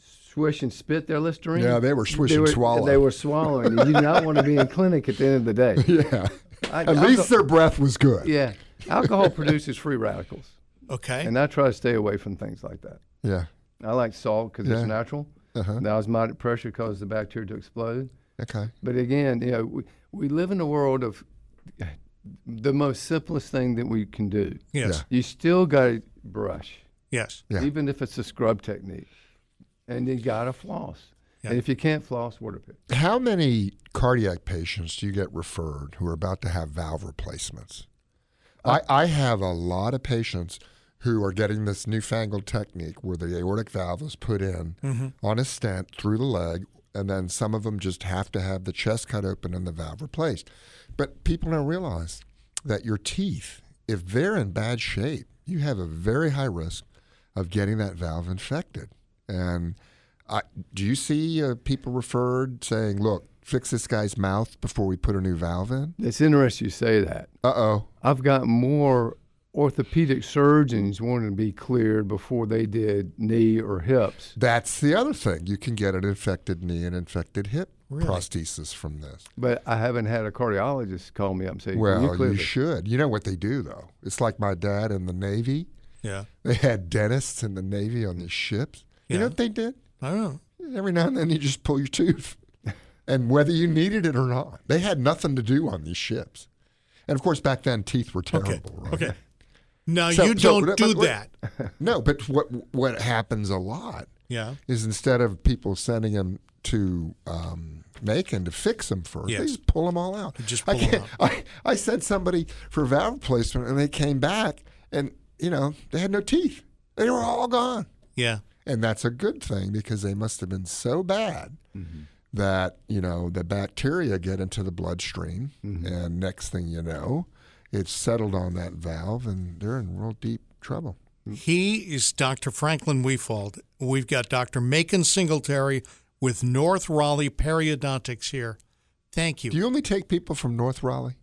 Speaker 6: swish and spit their Listerine,
Speaker 4: Yeah, they were swish
Speaker 6: they
Speaker 4: and
Speaker 6: were,
Speaker 4: swallow.
Speaker 6: They were swallowing. you do not want to be in clinic at the end of the day.
Speaker 4: yeah,
Speaker 6: I-
Speaker 4: at
Speaker 6: I
Speaker 4: least
Speaker 6: thought-
Speaker 4: their breath was good.
Speaker 6: Yeah, alcohol produces free radicals,
Speaker 3: Okay.
Speaker 6: and I try to stay away from things like that.
Speaker 4: yeah.
Speaker 6: I like salt because
Speaker 4: Yeah.
Speaker 6: it's natural.
Speaker 4: Uh-huh.
Speaker 6: The osmotic pressure causes the bacteria to explode.
Speaker 4: Okay.
Speaker 6: But again, you know, we, we live in a world of the most simplest thing that we can do.
Speaker 3: yes.
Speaker 6: You still got to brush,
Speaker 3: Yes.
Speaker 4: Yeah.
Speaker 6: even if it's a scrub technique, and you got to floss.
Speaker 3: Yeah.
Speaker 6: And if you can't floss, water pit.
Speaker 4: How many cardiac patients do you get referred who are about to have valve replacements? I, I have a lot of patients who are getting this newfangled technique where the aortic valve is put in on a stent through the leg, and then some of them just have to have the chest cut open and the valve replaced. But people don't realize that your teeth, if they're in bad shape, you have a very high risk of getting that valve infected. And I, do you see uh, people referred saying, look, fix this guy's mouth before we put a new valve in?
Speaker 6: It's interesting you say that.
Speaker 4: Uh oh.
Speaker 6: I've got more orthopedic surgeons wanting to be cleared before they did knee or hips.
Speaker 4: That's the other thing. You can get an infected knee and infected hip prosthesis from this.
Speaker 6: But I haven't had a cardiologist call me up and say, "Can
Speaker 4: Well,
Speaker 6: you
Speaker 4: you,
Speaker 6: clear this?"
Speaker 4: should. You know what they do, though? It's like my dad in the Navy.
Speaker 3: Yeah.
Speaker 4: They had dentists in the Navy on the ships. You
Speaker 3: Yeah.
Speaker 4: know what they did?
Speaker 3: I don't know.
Speaker 4: Every now and then you just pull your tooth. And whether you needed it or not, they had nothing to do on these ships. And of course, back then, teeth were terrible.
Speaker 3: Okay.
Speaker 4: Right?
Speaker 3: Okay. Now
Speaker 4: So-
Speaker 3: you
Speaker 4: so-
Speaker 3: don't
Speaker 4: but-
Speaker 3: do
Speaker 4: but-
Speaker 3: that.
Speaker 4: No, but what what happens a lot
Speaker 3: Yeah.
Speaker 4: is instead of people sending them to um, Macon to fix them first,
Speaker 3: Yes.
Speaker 4: they just pull them all out.
Speaker 3: Just
Speaker 4: I
Speaker 3: pull 'em
Speaker 4: can't. I, I sent somebody for valve replacement, and they came back, and you know they had no teeth; they were all gone.
Speaker 3: Yeah.
Speaker 4: And that's a good thing because they must have been so bad
Speaker 3: Mm-hmm.
Speaker 4: that, you know, the bacteria get into the bloodstream.
Speaker 3: Mm-hmm.
Speaker 4: And next thing you know, it's settled on that valve and they're in real deep trouble.
Speaker 3: He is Dr. Franklin Weefald. We've got Dr. Macon Singletary with North Raleigh Periodontics here. Thank you.
Speaker 4: Do you only take people from North Raleigh?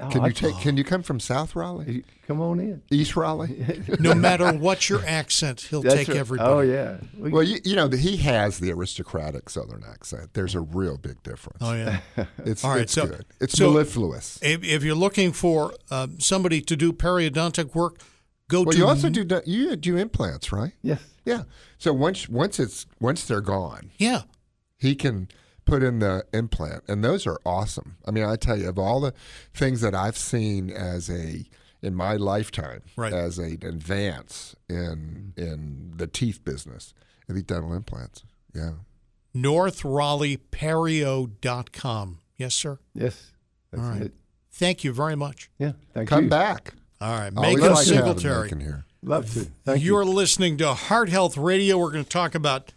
Speaker 3: Oh,
Speaker 6: No,
Speaker 4: Can
Speaker 6: I-
Speaker 4: you take can you come from South Raleigh?
Speaker 6: Come on in.
Speaker 4: East Raleigh?
Speaker 3: no matter what your accent, he'll
Speaker 6: That's
Speaker 3: take
Speaker 6: right.
Speaker 3: everybody.
Speaker 6: Oh yeah. We-
Speaker 4: Well, you, you know, the, he has the aristocratic Southern accent. There's a real big difference.
Speaker 3: Oh, yeah.
Speaker 4: It's,
Speaker 3: All right,
Speaker 4: it's
Speaker 3: so-
Speaker 4: good. It's
Speaker 3: so-
Speaker 4: mellifluous.
Speaker 3: If, if you're looking for um, somebody to do periodontic work, go
Speaker 4: Well,
Speaker 3: to
Speaker 4: you also do you do implants, right?
Speaker 6: yes.
Speaker 4: Yeah. So once once it's once they're gone,
Speaker 3: yeah
Speaker 4: he can put in the implant and those are awesome i mean i tell you of all the things that i've seen as a in my lifetime
Speaker 3: Right.
Speaker 4: as an advance in in the teeth business and the dental implants yeah
Speaker 3: northraleighperio.com. Yes, sir.
Speaker 6: Yes. That's
Speaker 3: All right.
Speaker 6: it.
Speaker 3: Thank you very much.
Speaker 6: Yeah. Thank
Speaker 4: come
Speaker 6: you.
Speaker 4: back
Speaker 3: All right,
Speaker 4: Always
Speaker 3: Macon
Speaker 4: like having
Speaker 3: Singletary.
Speaker 4: Macon here
Speaker 6: Love to. Thank you.
Speaker 3: You're listening to Heart Health Radio. We're going to talk about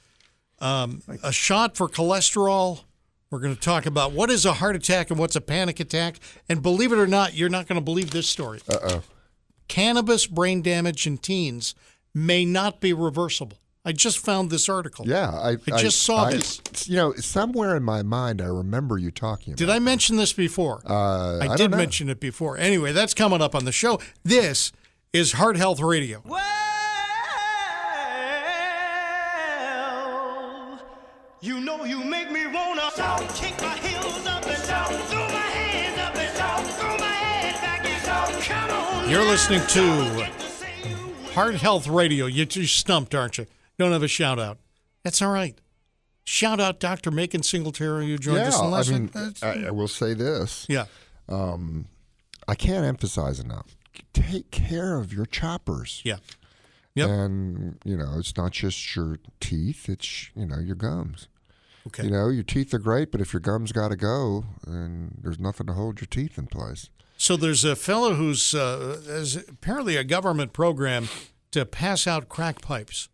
Speaker 3: um, a shot for cholesterol. We're going to talk about what is a heart attack and what's a panic attack. And believe it or not, you're not going to believe this story. Uh oh. Cannabis brain damage in teens may not be reversible. I just found this article.
Speaker 4: Yeah, I,
Speaker 3: I just saw this.
Speaker 4: You know, somewhere in my mind, I remember you talking about.
Speaker 3: Did I mention this before? I,
Speaker 4: Uh, I
Speaker 3: did
Speaker 4: don't know.
Speaker 3: mention it before. Anyway, that's coming up on the show. This is Heart Health Radio.
Speaker 2: Well, you know you make me wanna shout, kick my heels up and shout, throw my hands up and shout, throw my head back and shout. Come on,
Speaker 3: You're
Speaker 2: now,
Speaker 3: listening to
Speaker 2: don't get to say you
Speaker 3: Heart Health Radio. You- You're stumped, aren't you? Don't have a shout out. That's all right. Shout out Dr. Macon Singletary who joined
Speaker 4: yeah,
Speaker 3: us.
Speaker 4: I
Speaker 3: last
Speaker 4: mean,
Speaker 3: night.
Speaker 4: I, I will say this. um,
Speaker 3: yeah.
Speaker 4: I can't emphasize enough. Take care of your choppers.
Speaker 3: Yeah. Yep.
Speaker 4: And you know, it's not just your teeth; it's you know your gums.
Speaker 3: Okay.
Speaker 4: You know, your teeth are great, but if your gums got to go, then there's nothing to hold your teeth in place.
Speaker 3: So there's a fellow who's uh, there's apparently a government program to pass out crack pipes.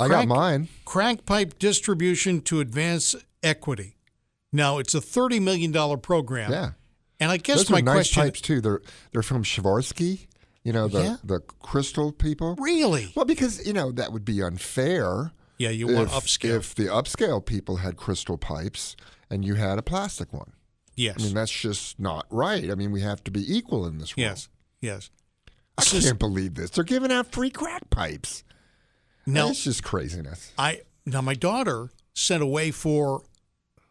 Speaker 4: I
Speaker 3: Crack-
Speaker 4: got mine.
Speaker 3: Crack pipe distribution to advance equity. Now it's a thirty million dollar program.
Speaker 4: Yeah.
Speaker 3: And I guess
Speaker 4: Those
Speaker 3: my
Speaker 4: are nice
Speaker 3: question
Speaker 4: pipes too. They're they're from Swarovski. You know the
Speaker 3: Yeah.
Speaker 4: the crystal people.
Speaker 3: really
Speaker 4: Well, because you know that would be unfair.
Speaker 3: Yeah, you want
Speaker 4: if,
Speaker 3: upscale.
Speaker 4: If the upscale people had crystal pipes and you had a plastic one,
Speaker 3: yes.
Speaker 4: I mean that's just not right. I mean we have to be equal in this world.
Speaker 3: yes. Yes.
Speaker 4: I
Speaker 3: This is-
Speaker 4: can't believe this. They're giving out free crack pipes.
Speaker 3: Now
Speaker 4: It's just craziness.
Speaker 3: I now my daughter sent away for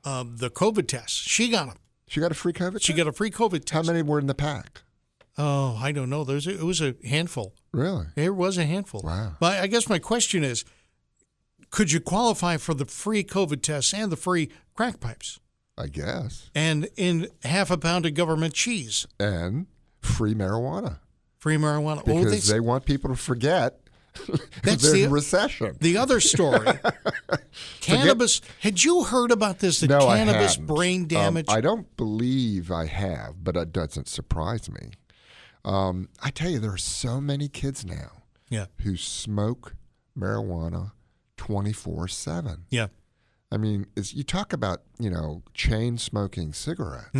Speaker 3: um, the COVID test. She got them.
Speaker 4: She got a free COVID.
Speaker 3: She
Speaker 4: test?
Speaker 3: got a free COVID test.
Speaker 4: How many were in the pack?
Speaker 3: Oh, I don't know. There's a, it was a handful.
Speaker 4: Really?
Speaker 3: There was a handful.
Speaker 4: Wow.
Speaker 3: But I guess my question is, could you qualify for the free COVID tests and the free crack pipes
Speaker 4: I guess.
Speaker 3: and in half a pound of government cheese,
Speaker 4: And free marijuana
Speaker 3: free marijuana? Oh,
Speaker 4: because
Speaker 3: they-
Speaker 4: they want people to forget
Speaker 3: That's
Speaker 4: they're
Speaker 3: the-
Speaker 4: in recession.
Speaker 3: the other story, cannabis. Had you heard about this? The
Speaker 4: no, I
Speaker 3: cannabis
Speaker 4: hadn't.
Speaker 3: brain
Speaker 4: Um,
Speaker 3: damage.
Speaker 4: I don't believe I have, but it doesn't surprise me. Um, I tell you, there are so many kids now
Speaker 3: yeah,
Speaker 4: who smoke marijuana twenty four seven.
Speaker 3: yeah,
Speaker 4: I mean, it's, you talk about you know chain smoking cigarettes,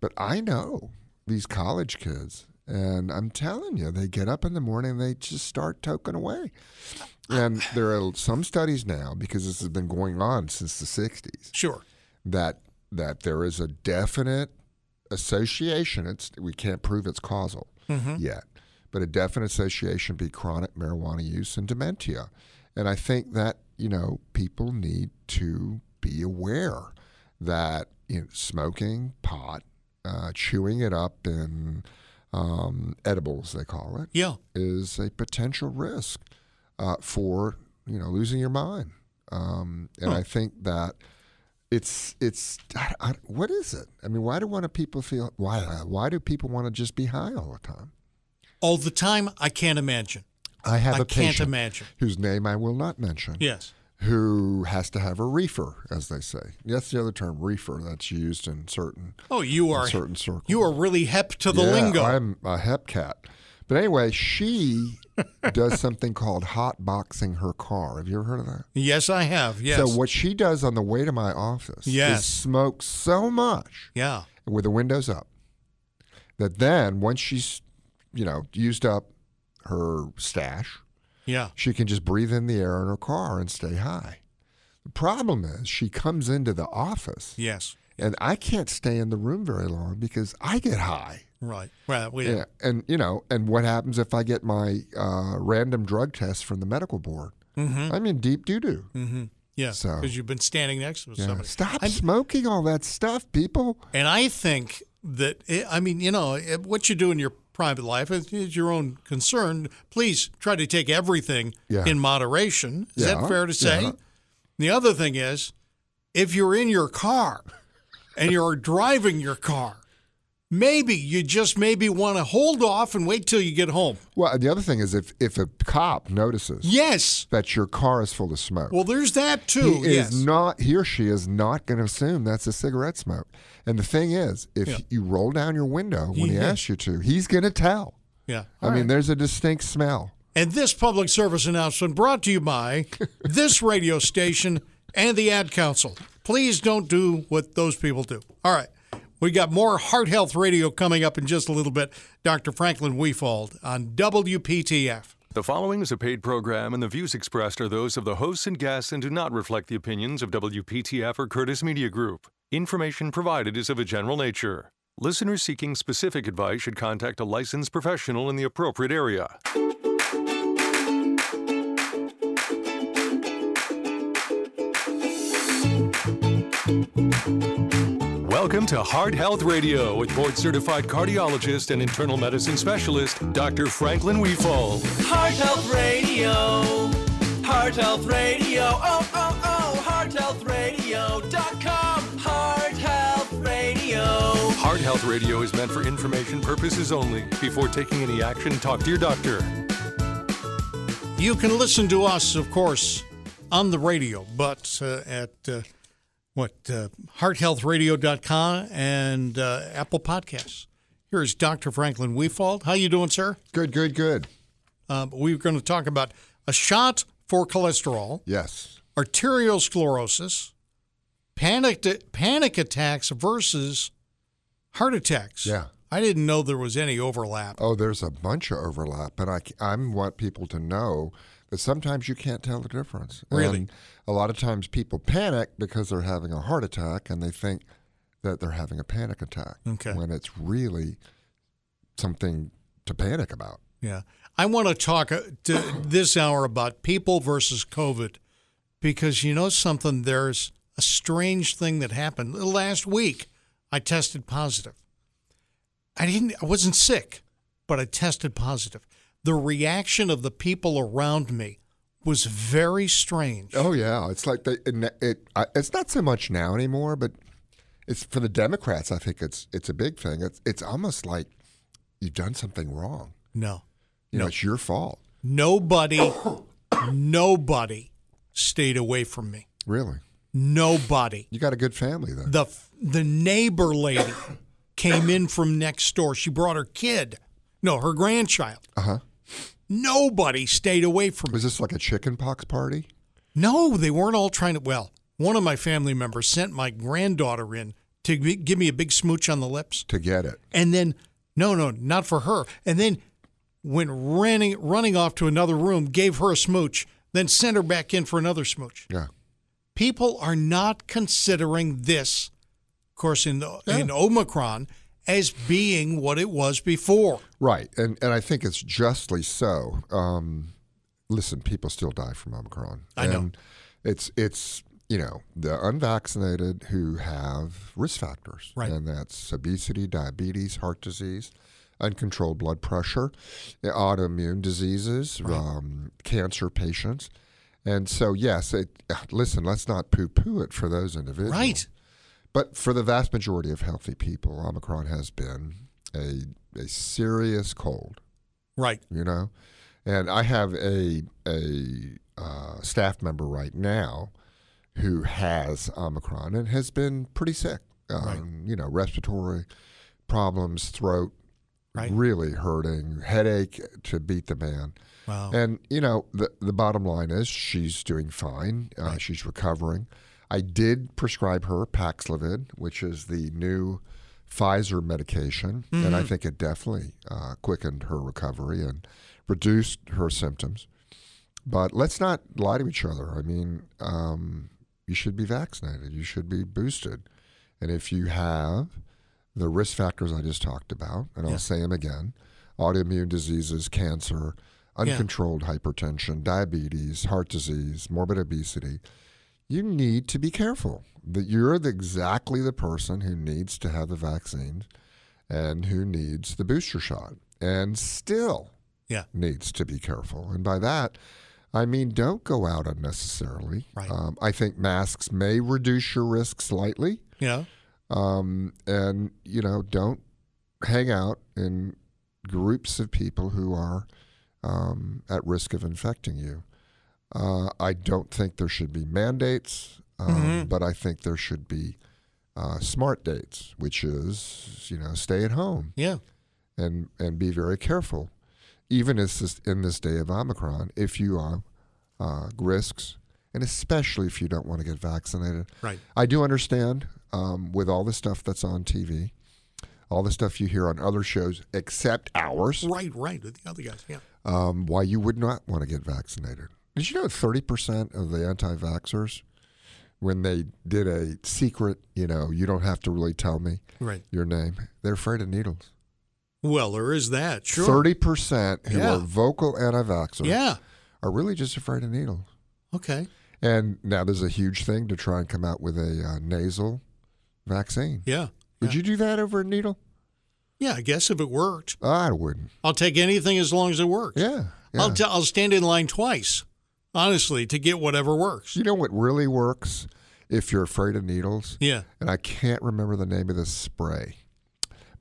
Speaker 4: but I know these college kids, and I'm telling you, they get up in the morning, and they just start toking away. And there are some studies now because this has been going on since the '60s
Speaker 3: sure.
Speaker 4: that that there is a definite association. It's we can't prove it's causal yet, but a definite association be chronic marijuana use and dementia. And I think that you know people need to be aware that you know, smoking pot, uh, chewing it up in um, edibles they call it,
Speaker 3: Yeah,
Speaker 4: is a potential risk uh, for you know losing your mind. Um, and
Speaker 3: Hmm.
Speaker 4: I think that it's it's I, I, what is it? I mean, why do want to people feel why why do people want to just be high all the time?
Speaker 3: all the time. I can't imagine.
Speaker 4: I have
Speaker 3: I
Speaker 4: a
Speaker 3: can't
Speaker 4: patient
Speaker 3: imagine.
Speaker 4: whose name I will not mention.
Speaker 3: Yes.
Speaker 4: Who has to have a reefer, as they say? That's the other term, reefer, that's used in certain
Speaker 3: Oh, you
Speaker 4: in
Speaker 3: are
Speaker 4: certain circles.
Speaker 3: you are really hep to the
Speaker 4: yeah,
Speaker 3: lingo.
Speaker 4: I'm a hep cat. But anyway, she does something called hot boxing her car. Have you ever heard of that?
Speaker 3: yes, I have. Yes.
Speaker 4: So what she does on the way to my office
Speaker 3: Yes.
Speaker 4: is smoke so much
Speaker 3: yeah.
Speaker 4: with the windows up that then once she's you know used up her stash,
Speaker 3: Yeah.
Speaker 4: she can just breathe in the air in her car and stay high. The problem is she comes into the office
Speaker 3: Yes.
Speaker 4: and I can't stay in the room very long because I get high.
Speaker 3: Right. Right. We,
Speaker 4: Yeah, and you know, and what happens if I get my uh, random drug test from the medical board?
Speaker 3: Mm-hmm.
Speaker 4: I'm in deep doo doo.
Speaker 3: Yeah, because
Speaker 4: So-
Speaker 3: you've been standing next to Mm-hmm. somebody.
Speaker 4: Stop
Speaker 3: I'm-
Speaker 4: smoking all that stuff, people.
Speaker 3: and I think that it, I mean, you know, it, what you do in your private life is, is your own concern. Please try to take everything
Speaker 4: Yeah.
Speaker 3: in moderation. Is that
Speaker 4: Yeah,
Speaker 3: fair to say?
Speaker 4: yeah.
Speaker 3: The other thing is, if you're in your car and you're driving your car, maybe you just maybe want to hold off and wait till you get home.
Speaker 4: Well, the other thing is, if if a cop notices
Speaker 3: Yes.
Speaker 4: that your car is full of smoke,
Speaker 3: Well, there's that
Speaker 4: he
Speaker 3: too.
Speaker 4: is
Speaker 3: yes.
Speaker 4: not he or she is not going to assume that's a cigarette smoke. And the thing is, if
Speaker 3: Yeah.
Speaker 4: you roll down your window when he
Speaker 3: Yeah.
Speaker 4: asks you to, he's going to tell.
Speaker 3: yeah.
Speaker 4: I mean, there's a distinct smell.
Speaker 3: And this public service announcement brought to you by this radio station and the Ad Council. Please don't do what those people do. All right. We got more Heart Health Radio coming up in just a little bit. Dr. Franklin Weefald on WPTF.
Speaker 1: The following is a paid program, and the views expressed are those of the hosts and guests and do not reflect the opinions of WPTF or Curtis Media Group. Information provided is of a general nature. Listeners seeking specific advice should contact a licensed professional in the appropriate area. Welcome to Heart Health Radio with board certified cardiologist and internal medicine specialist, Dr. Franklin Weefall.
Speaker 7: Heart Health Radio. Heart Health Radio. Oh, oh, oh. HeartHealthRadio.com. Heart Health Radio.
Speaker 1: Heart Health Radio is meant for information purposes only. Before taking any action, talk to your doctor.
Speaker 3: You can listen to us, of course, on the radio, but uh, at uh, what uh, hearthealthradio.com and uh, Apple Podcasts. Here is Dr. Franklin Weefald. How you doing, sir?
Speaker 4: Good, good, good.
Speaker 3: Um, we're going to talk about a shot for cholesterol,
Speaker 4: Yes.
Speaker 3: arteriosclerosis, panic panic attacks versus heart attacks.
Speaker 4: Yeah.
Speaker 3: I didn't know there was any overlap.
Speaker 4: Oh, there's a bunch of overlap, and I am want people to know that sometimes you can't tell the difference.
Speaker 3: Really?
Speaker 4: And a lot of times people panic because they're having a heart attack, and they think that they're having a panic attack.
Speaker 3: Okay.
Speaker 4: When it's really something to panic about.
Speaker 3: Yeah. I want to talk uh, to this hour about people versus COVID because you know something? There's a strange thing that happened. Last week, I tested positive. I didn't, I wasn't sick, but I tested positive. The reaction of the people around me was very strange.
Speaker 4: Oh yeah, it's like they. It, it, I- it's not so much now anymore, but it's for the Democrats. I think it's it's a big thing. It's it's almost like you've done something wrong.
Speaker 3: No.
Speaker 4: You know, it's your fault.
Speaker 3: Nobody, nobody stayed away from me.
Speaker 4: Really,
Speaker 3: Nobody.
Speaker 4: you got a good family though.
Speaker 3: the the neighbor lady came in from next door. She brought her kid, no, her grandchild.
Speaker 4: Uh huh.
Speaker 3: Nobody stayed away from it.
Speaker 4: Was this like a chicken pox party?
Speaker 3: No, they weren't all trying to. Well, one of my family members sent my granddaughter in to gi- give me a big smooch on the lips,
Speaker 4: To get it.
Speaker 3: and then no, no, not for her. And then went running running off to another room, gave her a smooch, then sent her back in for another smooch.
Speaker 4: Yeah.
Speaker 3: people are not considering this, of course, in in Omicron as being what it was before.
Speaker 4: Right. And and I think it's justly so. Um, listen, people still die from Omicron.
Speaker 3: I know.
Speaker 4: And it's it's you know the unvaccinated who have risk factors,
Speaker 3: Right.
Speaker 4: And that's obesity, diabetes, heart disease, uncontrolled blood pressure, autoimmune diseases, um, cancer patients. And so, yes, it, listen, let's not poo poo it for those individuals.
Speaker 3: Right.
Speaker 4: But for the vast majority of healthy people, Omicron has been a, a serious cold,
Speaker 3: Right.
Speaker 4: you know? And I have a, a uh, staff member right now who has Omicron and has been pretty sick. Um, You know, respiratory problems, throat,
Speaker 3: Right.
Speaker 4: really hurting, headache to beat the man.
Speaker 3: Wow.
Speaker 4: And you know, the the bottom line is she's doing fine. Uh, She's recovering. I did prescribe her Paxlovid, which is the new Pfizer medication, and I think it definitely uh, quickened her recovery and reduced her symptoms. But let's not lie to each other. I mean, um, you should be vaccinated. You should be boosted, and if you have the risk factors I just talked about, and I'll say them again autoimmune diseases, cancer, uncontrolled hypertension, diabetes, heart disease, morbid obesity. You need to be careful that you're the, exactly the person who needs to have the vaccine and who needs the booster shot and still
Speaker 3: Yeah.
Speaker 4: needs to be careful. And by that, I mean don't go out unnecessarily.
Speaker 3: Right.
Speaker 4: Um, I think masks may reduce your risk slightly
Speaker 3: You know.
Speaker 4: um, and you know don't hang out in groups of people who are um, at risk of infecting you. Uh, I don't think there should be mandates, um, but I think there should be uh, smart dates, which is you know stay at home
Speaker 3: Yeah.
Speaker 4: and and be very careful, even as this, in this day of Omicron, if you are uh, risks, and especially if you don't want to get vaccinated.
Speaker 3: Right.
Speaker 4: I do understand um, with all the stuff that's on TV, all the stuff you hear on other shows except ours.
Speaker 3: Right. Right. With the other guys. Yeah.
Speaker 4: um, why you would not want to get vaccinated. Did you know 30% of the anti vaxxers, when they did a secret, you know, you don't have to really tell me
Speaker 3: Right.
Speaker 4: your name, they're afraid of needles.
Speaker 3: Well, there is that. Sure.
Speaker 4: 30% who
Speaker 3: Yeah.
Speaker 4: are vocal anti vaxxers
Speaker 3: Yeah.
Speaker 4: are really just afraid of needles.
Speaker 3: Okay.
Speaker 4: And now there's a huge thing to try and come out with a uh, nasal vaccine.
Speaker 3: Yeah.
Speaker 4: Would you do that over a needle?
Speaker 3: Yeah. I guess if it worked,
Speaker 4: I wouldn't.
Speaker 3: I'll take anything as long as it works.
Speaker 4: Yeah. yeah.
Speaker 3: I'll, t- I'll stand in line twice, honestly, to get whatever works.
Speaker 4: you know what really works if you're afraid of needles?
Speaker 3: Yeah.
Speaker 4: And I can't remember the name of this spray.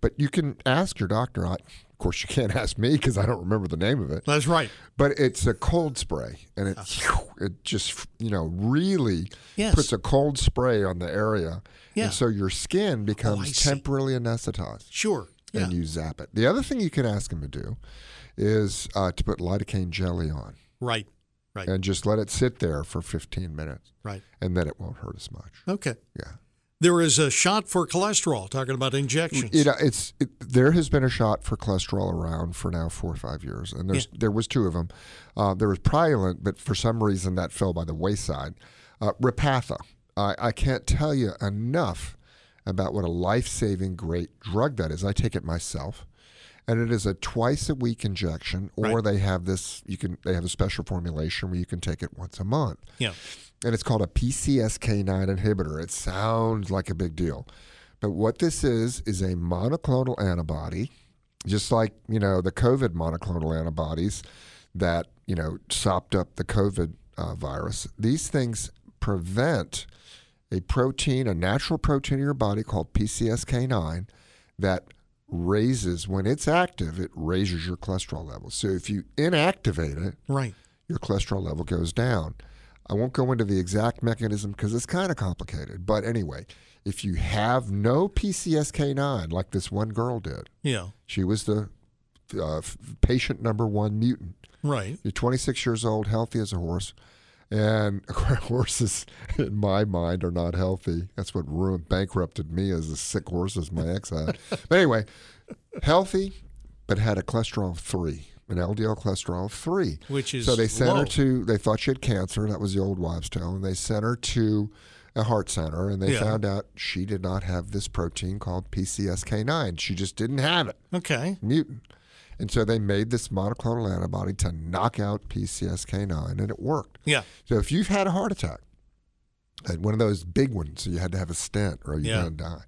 Speaker 4: But you can ask your doctor. I, of course, you can't ask me because I don't remember the name of it.
Speaker 3: That's right.
Speaker 4: But it's a cold spray, and it it just you know really
Speaker 3: Uh-huh. Yes.
Speaker 4: puts a cold spray on the area,
Speaker 3: Yeah. Oh,
Speaker 4: and so your skin becomes
Speaker 3: see.
Speaker 4: temporarily anesthetized.
Speaker 3: Sure. Yeah.
Speaker 4: and you zap it. The other thing you can ask them to do is uh, to put lidocaine jelly on
Speaker 3: right. Right.
Speaker 4: and just let it sit there for 15 minutes,
Speaker 3: Right.
Speaker 4: and then it won't hurt as much.
Speaker 3: Okay.
Speaker 4: Yeah,
Speaker 3: There is a shot for cholesterol, talking about injections.
Speaker 4: you know, it's it, there has been a shot for cholesterol around for now four or five years, and there's there was two of them. Uh, there was Priolent, but for some reason that fell by the wayside. Uh, Repatha, I, I can't tell you enough about what a life-saving great drug that is. I take it myself. and it is a twice a week injection or
Speaker 3: Right.
Speaker 4: they have this you can they have a special formulation where you can take it once a month
Speaker 3: yeah.
Speaker 4: and it's called a PCSK9 inhibitor it sounds like a big deal but what this is is a monoclonal antibody just like you know the covid monoclonal antibodies that you know sopped up the covid uh, virus these things prevent a protein, a natural protein in your body called PCSK9 that raises, when it's active, it raises your cholesterol level. So if you inactivate it,
Speaker 3: Right.
Speaker 4: your cholesterol level goes down. I won't go into the exact mechanism because it's kind of complicated. But anyway, if you have no PCSK9, like this one girl did,
Speaker 3: Yeah.
Speaker 4: she was the uh, f- patient number one mutant.
Speaker 3: Right.
Speaker 4: You're 26 years old, healthy as a horse. And horses, in my mind, are not healthy. That's what ruined, bankrupted me as the sick horses my ex had. but anyway, healthy, but had a cholesterol of three, an LDL cholesterol of three.
Speaker 3: Which is
Speaker 4: so they sent
Speaker 3: low.
Speaker 4: her to. They thought she had cancer. That was the old wives' tale, and they sent her to a heart center, and they
Speaker 3: Yeah.
Speaker 4: found out she did not have this protein called PCSK9. She just didn't have it
Speaker 3: Okay.
Speaker 4: mutant. And so they made this monoclonal antibody to knock out PCSK9, and it worked.
Speaker 3: Yeah.
Speaker 4: So if you've had a heart attack, and one of those big ones, so you had to have a stent or you're
Speaker 3: Yeah.
Speaker 4: going to die,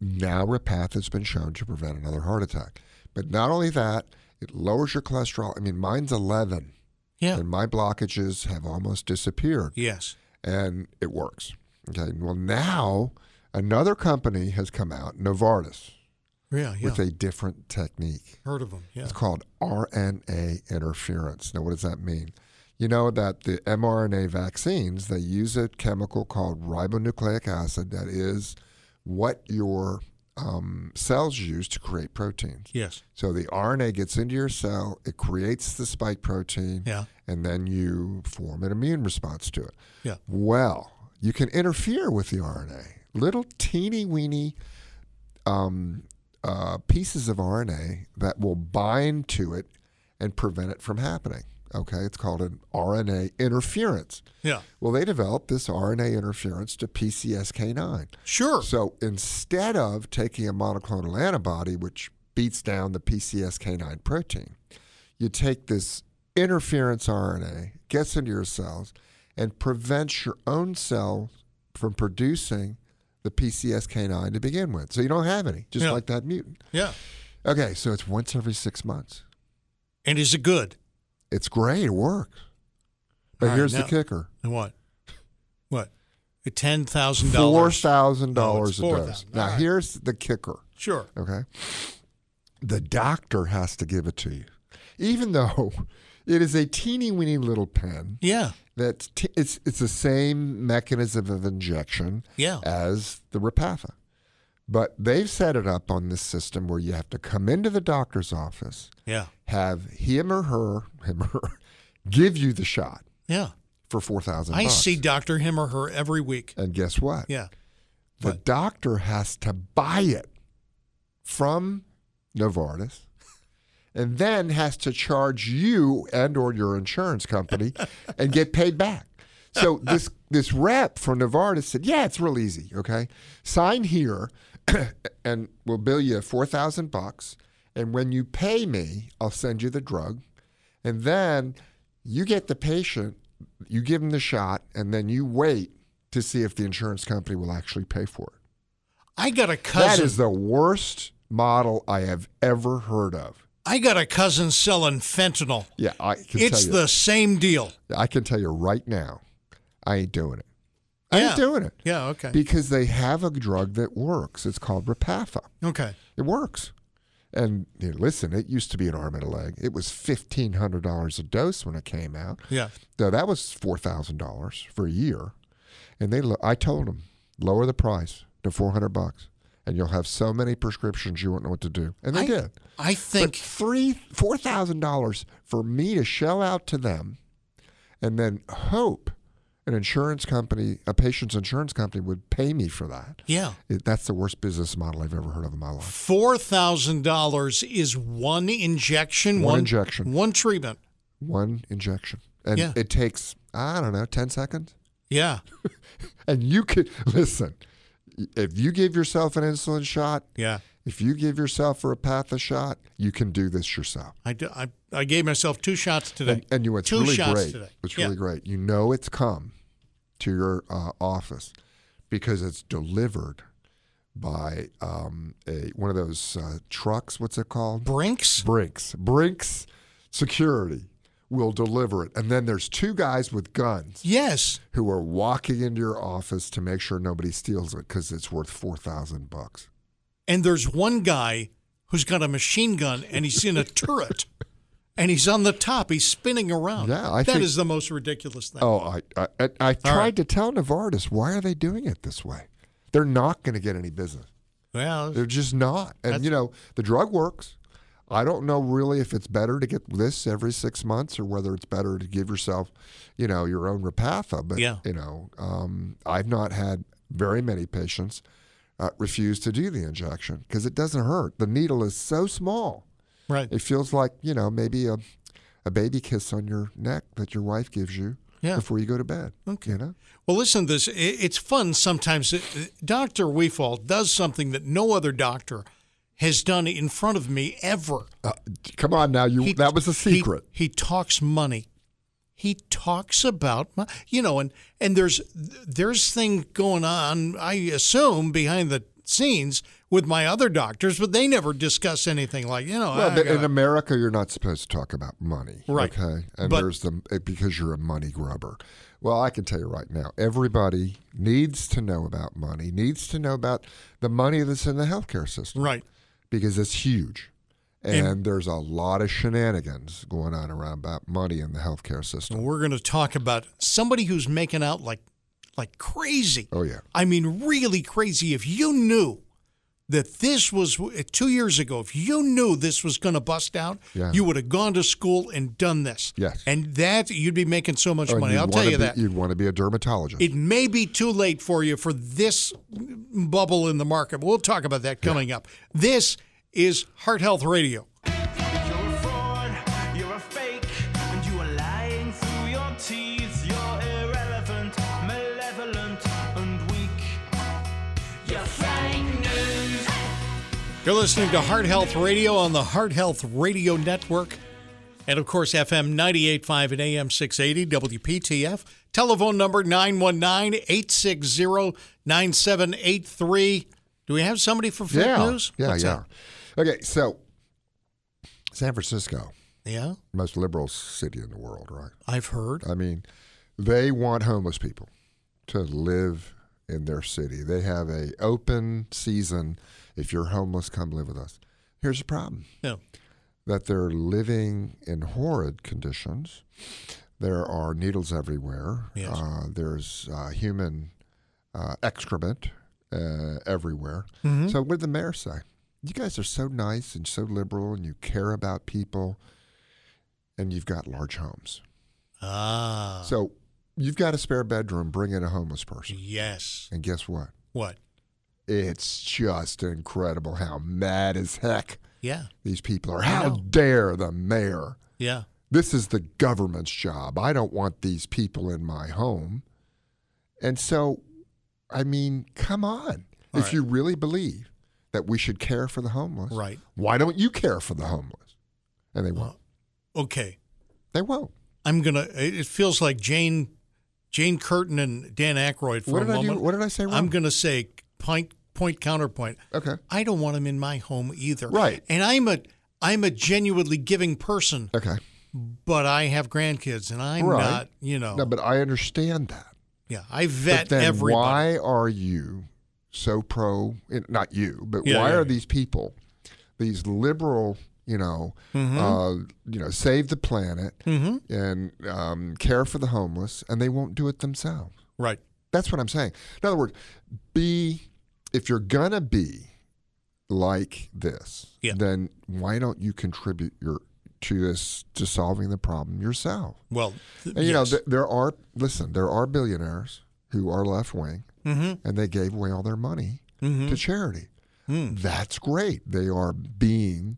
Speaker 4: now Repatha has been shown to prevent another heart attack. But not only that, it lowers your cholesterol. I mean, mine's 11,
Speaker 3: Yeah.
Speaker 4: and my blockages have almost disappeared
Speaker 3: Yes.
Speaker 4: and it works. Okay. Well, now another company has come out, Novartis,
Speaker 3: Yeah. Yeah.
Speaker 4: with a different technique.
Speaker 3: Heard of them. Yeah.
Speaker 4: It's called RNA interference. Now, what does that mean? You know that the mRNA vaccines, they use a chemical called ribonucleic acid that is what your um, cells use to create proteins.
Speaker 3: Yes.
Speaker 4: So the RNA gets into your cell, it creates the spike protein,
Speaker 3: Yeah.
Speaker 4: and then you form an immune response to it.
Speaker 3: Yeah.
Speaker 4: Well, you can interfere with the RNA. Little teeny weeny um, uh, pieces of RNA that will bind to it and prevent it from happening. Okay, it's called an RNA interference.
Speaker 3: Yeah.
Speaker 4: Well, they developed this RNA interference to PCSK9.
Speaker 3: Sure.
Speaker 4: So instead of taking a monoclonal antibody, which beats down the PCSK9 protein, you take this interference RNA, gets into your cells, and prevents your own cells from producing the PCSK9 to begin with. So you don't have any, just
Speaker 3: Yeah.
Speaker 4: like that mutant.
Speaker 3: Yeah.
Speaker 4: Okay, so it's once every six months.
Speaker 3: And is it good?
Speaker 4: It's great, it works. But
Speaker 3: All right,
Speaker 4: here's
Speaker 3: now-
Speaker 4: the kicker
Speaker 3: And what? What? Ten thousand dollars.
Speaker 4: $4,000
Speaker 3: No,
Speaker 4: a
Speaker 3: it's
Speaker 4: dose.
Speaker 3: $4,000.
Speaker 4: Now,
Speaker 3: All right.
Speaker 4: here's the kicker.
Speaker 3: Sure.
Speaker 4: Okay. The doctor has to give it to you, even though it is a teeny weeny little pen.
Speaker 3: Yeah.
Speaker 4: That's t- it's it's the same mechanism of injection
Speaker 3: Yeah.
Speaker 4: as the Repatha, but they've set it up on this system where you have to come into the doctor's office,
Speaker 3: Yeah.
Speaker 4: have him or her him or her give you the shot
Speaker 3: Yeah.
Speaker 4: for four thousand.
Speaker 3: I see Doctor him or her every week.
Speaker 4: And guess what?
Speaker 3: Yeah.
Speaker 4: The
Speaker 3: What?
Speaker 4: doctor has to buy it from Novartis and then has to charge you and or your insurance company and get paid back. So this this rep from Novartis said, "Yeah, it's real easy. Okay, sign here, and we'll bill you four thousand bucks. And when you pay me, I'll send you the drug, and then you get the patient, you give them the shot, and then you wait to see if the insurance company will actually pay for it.
Speaker 3: I got a
Speaker 4: That
Speaker 3: cousin.
Speaker 4: is the worst model I have ever heard of.
Speaker 3: I got a cousin selling fentanyl.
Speaker 4: Yeah, I can
Speaker 3: It's
Speaker 4: tell you.
Speaker 3: the same deal.
Speaker 4: I can tell you right now, I ain't doing it. I ain't
Speaker 3: Yeah.
Speaker 4: doing it.
Speaker 3: Yeah. Okay.
Speaker 4: Because they have a drug that works. It's called Repatha.
Speaker 3: okay.
Speaker 4: It works. And you know, listen, it used to be an arm and a leg. It was fifteen hundred dollars a dose when it came out.
Speaker 3: Yeah.
Speaker 4: Now that was four thousand dollars for a year, and they. lo- I told them lower the price to four hundred bucks, and you'll have so many prescriptions you won't know what to do. And they
Speaker 3: I,
Speaker 4: did.
Speaker 3: I
Speaker 4: But
Speaker 3: think.
Speaker 4: three four thousand dollars for me to shell out to them, and then hope an insurance company, a patient's insurance company, would pay me for that.
Speaker 3: yeah.
Speaker 4: It- That's the worst business model I've ever heard of in my life.
Speaker 3: Four thousand dollars is one injection.
Speaker 4: One injection.
Speaker 3: One treatment.
Speaker 4: One injection, and
Speaker 3: Yeah.
Speaker 4: it takes I don't know ten seconds.
Speaker 3: Yeah.
Speaker 4: And you could listen. If you give yourself an insulin shot,
Speaker 3: Yeah.
Speaker 4: if you give yourself a Repatha shot, you can do this yourself.
Speaker 3: I, do- I, I gave myself two shots today.
Speaker 4: And, and you know what's
Speaker 3: two
Speaker 4: really
Speaker 3: shots
Speaker 4: great?
Speaker 3: today.
Speaker 4: What's
Speaker 3: Yeah.
Speaker 4: really great? You know it's come to your uh, office because it's delivered by um, a one of those uh, trucks. What's it called?
Speaker 3: Brinks.
Speaker 4: Brinks. Brinks Security will deliver it, and then there's two guys with guns
Speaker 3: Yes.
Speaker 4: who are walking into your office to make sure nobody steals it because it's worth four thousand bucks.
Speaker 3: And there's one guy who's got a machine gun and he's in a turret and he's on the top. He's spinning around.
Speaker 4: Yeah, I
Speaker 3: That
Speaker 4: think-
Speaker 3: is the most ridiculous thing.
Speaker 4: Oh, I I, I, I tried
Speaker 3: right.
Speaker 4: to tell Novartis why are they doing it this way? They're not going to get any business.
Speaker 3: Well,
Speaker 4: They're just not. And you know, the drug works. I don't know really if it's better to get this every six months or whether it's better to give yourself, you know, your own Repatha. But
Speaker 3: Yeah.
Speaker 4: you know, um, I've not had very many patients uh, refuse to do the injection because it doesn't hurt. The needle is so small.
Speaker 3: right.
Speaker 4: It feels like you know maybe a a baby kiss on your neck that your wife gives you
Speaker 3: Yeah.
Speaker 4: before you go to bed.
Speaker 3: Okay.
Speaker 4: You know.
Speaker 3: Well, listen to this. I- It's fun sometimes. Dr. Weefall does something that no other doctor has done in front of me ever.
Speaker 4: Uh, come on now, you
Speaker 3: He-
Speaker 4: that was a
Speaker 3: he-
Speaker 4: secret.
Speaker 3: He, talks money. He talks about money. You know, and and there's there's things going on. I assume behind the scenes with my other doctors, but they never discuss anything like you know.
Speaker 4: Well,
Speaker 3: I
Speaker 4: but in
Speaker 3: gotta-
Speaker 4: America, you're not supposed to talk about money,
Speaker 3: Right.
Speaker 4: Okay, and
Speaker 3: But-
Speaker 4: there's the it- because you're a money grubber. Well, I can tell you right now, everybody needs to know about money, needs to know about the money that's in the healthcare system
Speaker 3: right.
Speaker 4: because it's huge, and, there's a lot of shenanigans going on around about money in the healthcare
Speaker 3: And
Speaker 4: system.
Speaker 3: we're going to talk about somebody who's making out like like crazy.
Speaker 4: Oh yeah,
Speaker 3: I mean, really crazy. If you knew that this was two years ago, if you knew this was going to bust out,
Speaker 4: Yeah.
Speaker 3: you would have gone to school and done this.
Speaker 4: Yes.
Speaker 3: And that, you'd be making so much
Speaker 4: Oh, and
Speaker 3: money.
Speaker 4: you'd
Speaker 3: I'll tell
Speaker 4: wanna
Speaker 3: you
Speaker 4: be-
Speaker 3: that.
Speaker 4: you'd want to be a dermatologist.
Speaker 3: it may be too late for you for this bubble in the market. We'll talk about that coming up. This is Heart Health Radio.
Speaker 7: You're a fraud, you're a fake, and you are lying through your teeth. You're irrelevant, malevolent, and weak. You're fake news.
Speaker 3: You're listening to Heart Health Radio on the Heart Health Radio Network. And of course, FM 98.5 and AM 680 WPTF. Telephone number 919 860 9783. Do we have somebody for fake
Speaker 4: yeah,
Speaker 3: news?
Speaker 4: yeah,
Speaker 3: What's
Speaker 4: yeah.
Speaker 3: up?
Speaker 4: Okay, so San Francisco,
Speaker 3: Yeah,
Speaker 4: most liberal city in the world, right?
Speaker 3: I've heard.
Speaker 4: I mean, they want homeless people to live in their city. They have a open season. If you're homeless, come live with us. Here's the problem
Speaker 3: Yeah.
Speaker 4: that they're living in horrid conditions. There are needles everywhere.
Speaker 3: Yes.
Speaker 4: Uh, there's uh, human uh, excrement uh, everywhere. So, what did the mayor say? You guys are so nice and so liberal, and you care about people, and you've got large homes.
Speaker 3: Ah,
Speaker 4: So you've got a spare bedroom, bring in a homeless person.
Speaker 3: yes.
Speaker 4: And guess what?
Speaker 3: What?
Speaker 4: It's just incredible how mad as heck
Speaker 3: Yeah.
Speaker 4: These people are. How dare the mayor?
Speaker 3: Yeah.
Speaker 4: This is the government's job. I don't want these people in my home. And so, I mean, come on. if
Speaker 3: right.
Speaker 4: you really believe that we should care for the homeless,
Speaker 3: Right.
Speaker 4: why don't you care for the homeless? And they won't.
Speaker 3: Okay.
Speaker 4: They won't.
Speaker 3: I'm gonna. It it feels like Jane, Jane Curtin and Dan Aykroyd for
Speaker 4: What
Speaker 3: a
Speaker 4: did I do-
Speaker 3: moment.
Speaker 4: what did I say wrong?
Speaker 3: I'm gonna say point, point, counterpoint.
Speaker 4: Okay.
Speaker 3: I don't want him in my home either.
Speaker 4: Right.
Speaker 3: And I'm a, I'm a genuinely giving person,
Speaker 4: Okay.
Speaker 3: but I have grandkids, and I'm
Speaker 4: Right.
Speaker 3: not. You know.
Speaker 4: No, but I understand that.
Speaker 3: yeah. I vet
Speaker 4: but then
Speaker 3: everybody.
Speaker 4: why are you so pro? Not you, but
Speaker 3: Yeah,
Speaker 4: why
Speaker 3: yeah,
Speaker 4: are
Speaker 3: yeah.
Speaker 4: these people, these liberal, you know,
Speaker 3: Mm-hmm.
Speaker 4: uh, you know, save the planet and um, care for the homeless, and they won't do it themselves?
Speaker 3: Right.
Speaker 4: That's what I'm saying. In other words, be if you're gonna be like this,
Speaker 3: Yeah.
Speaker 4: then why don't you contribute your to this to solving the problem yourself?
Speaker 3: Well. th-
Speaker 4: And, you know,
Speaker 3: yes.
Speaker 4: th- there are listen, there are billionaires who are left wing, and they gave away all their money to charity. That's great. They are being,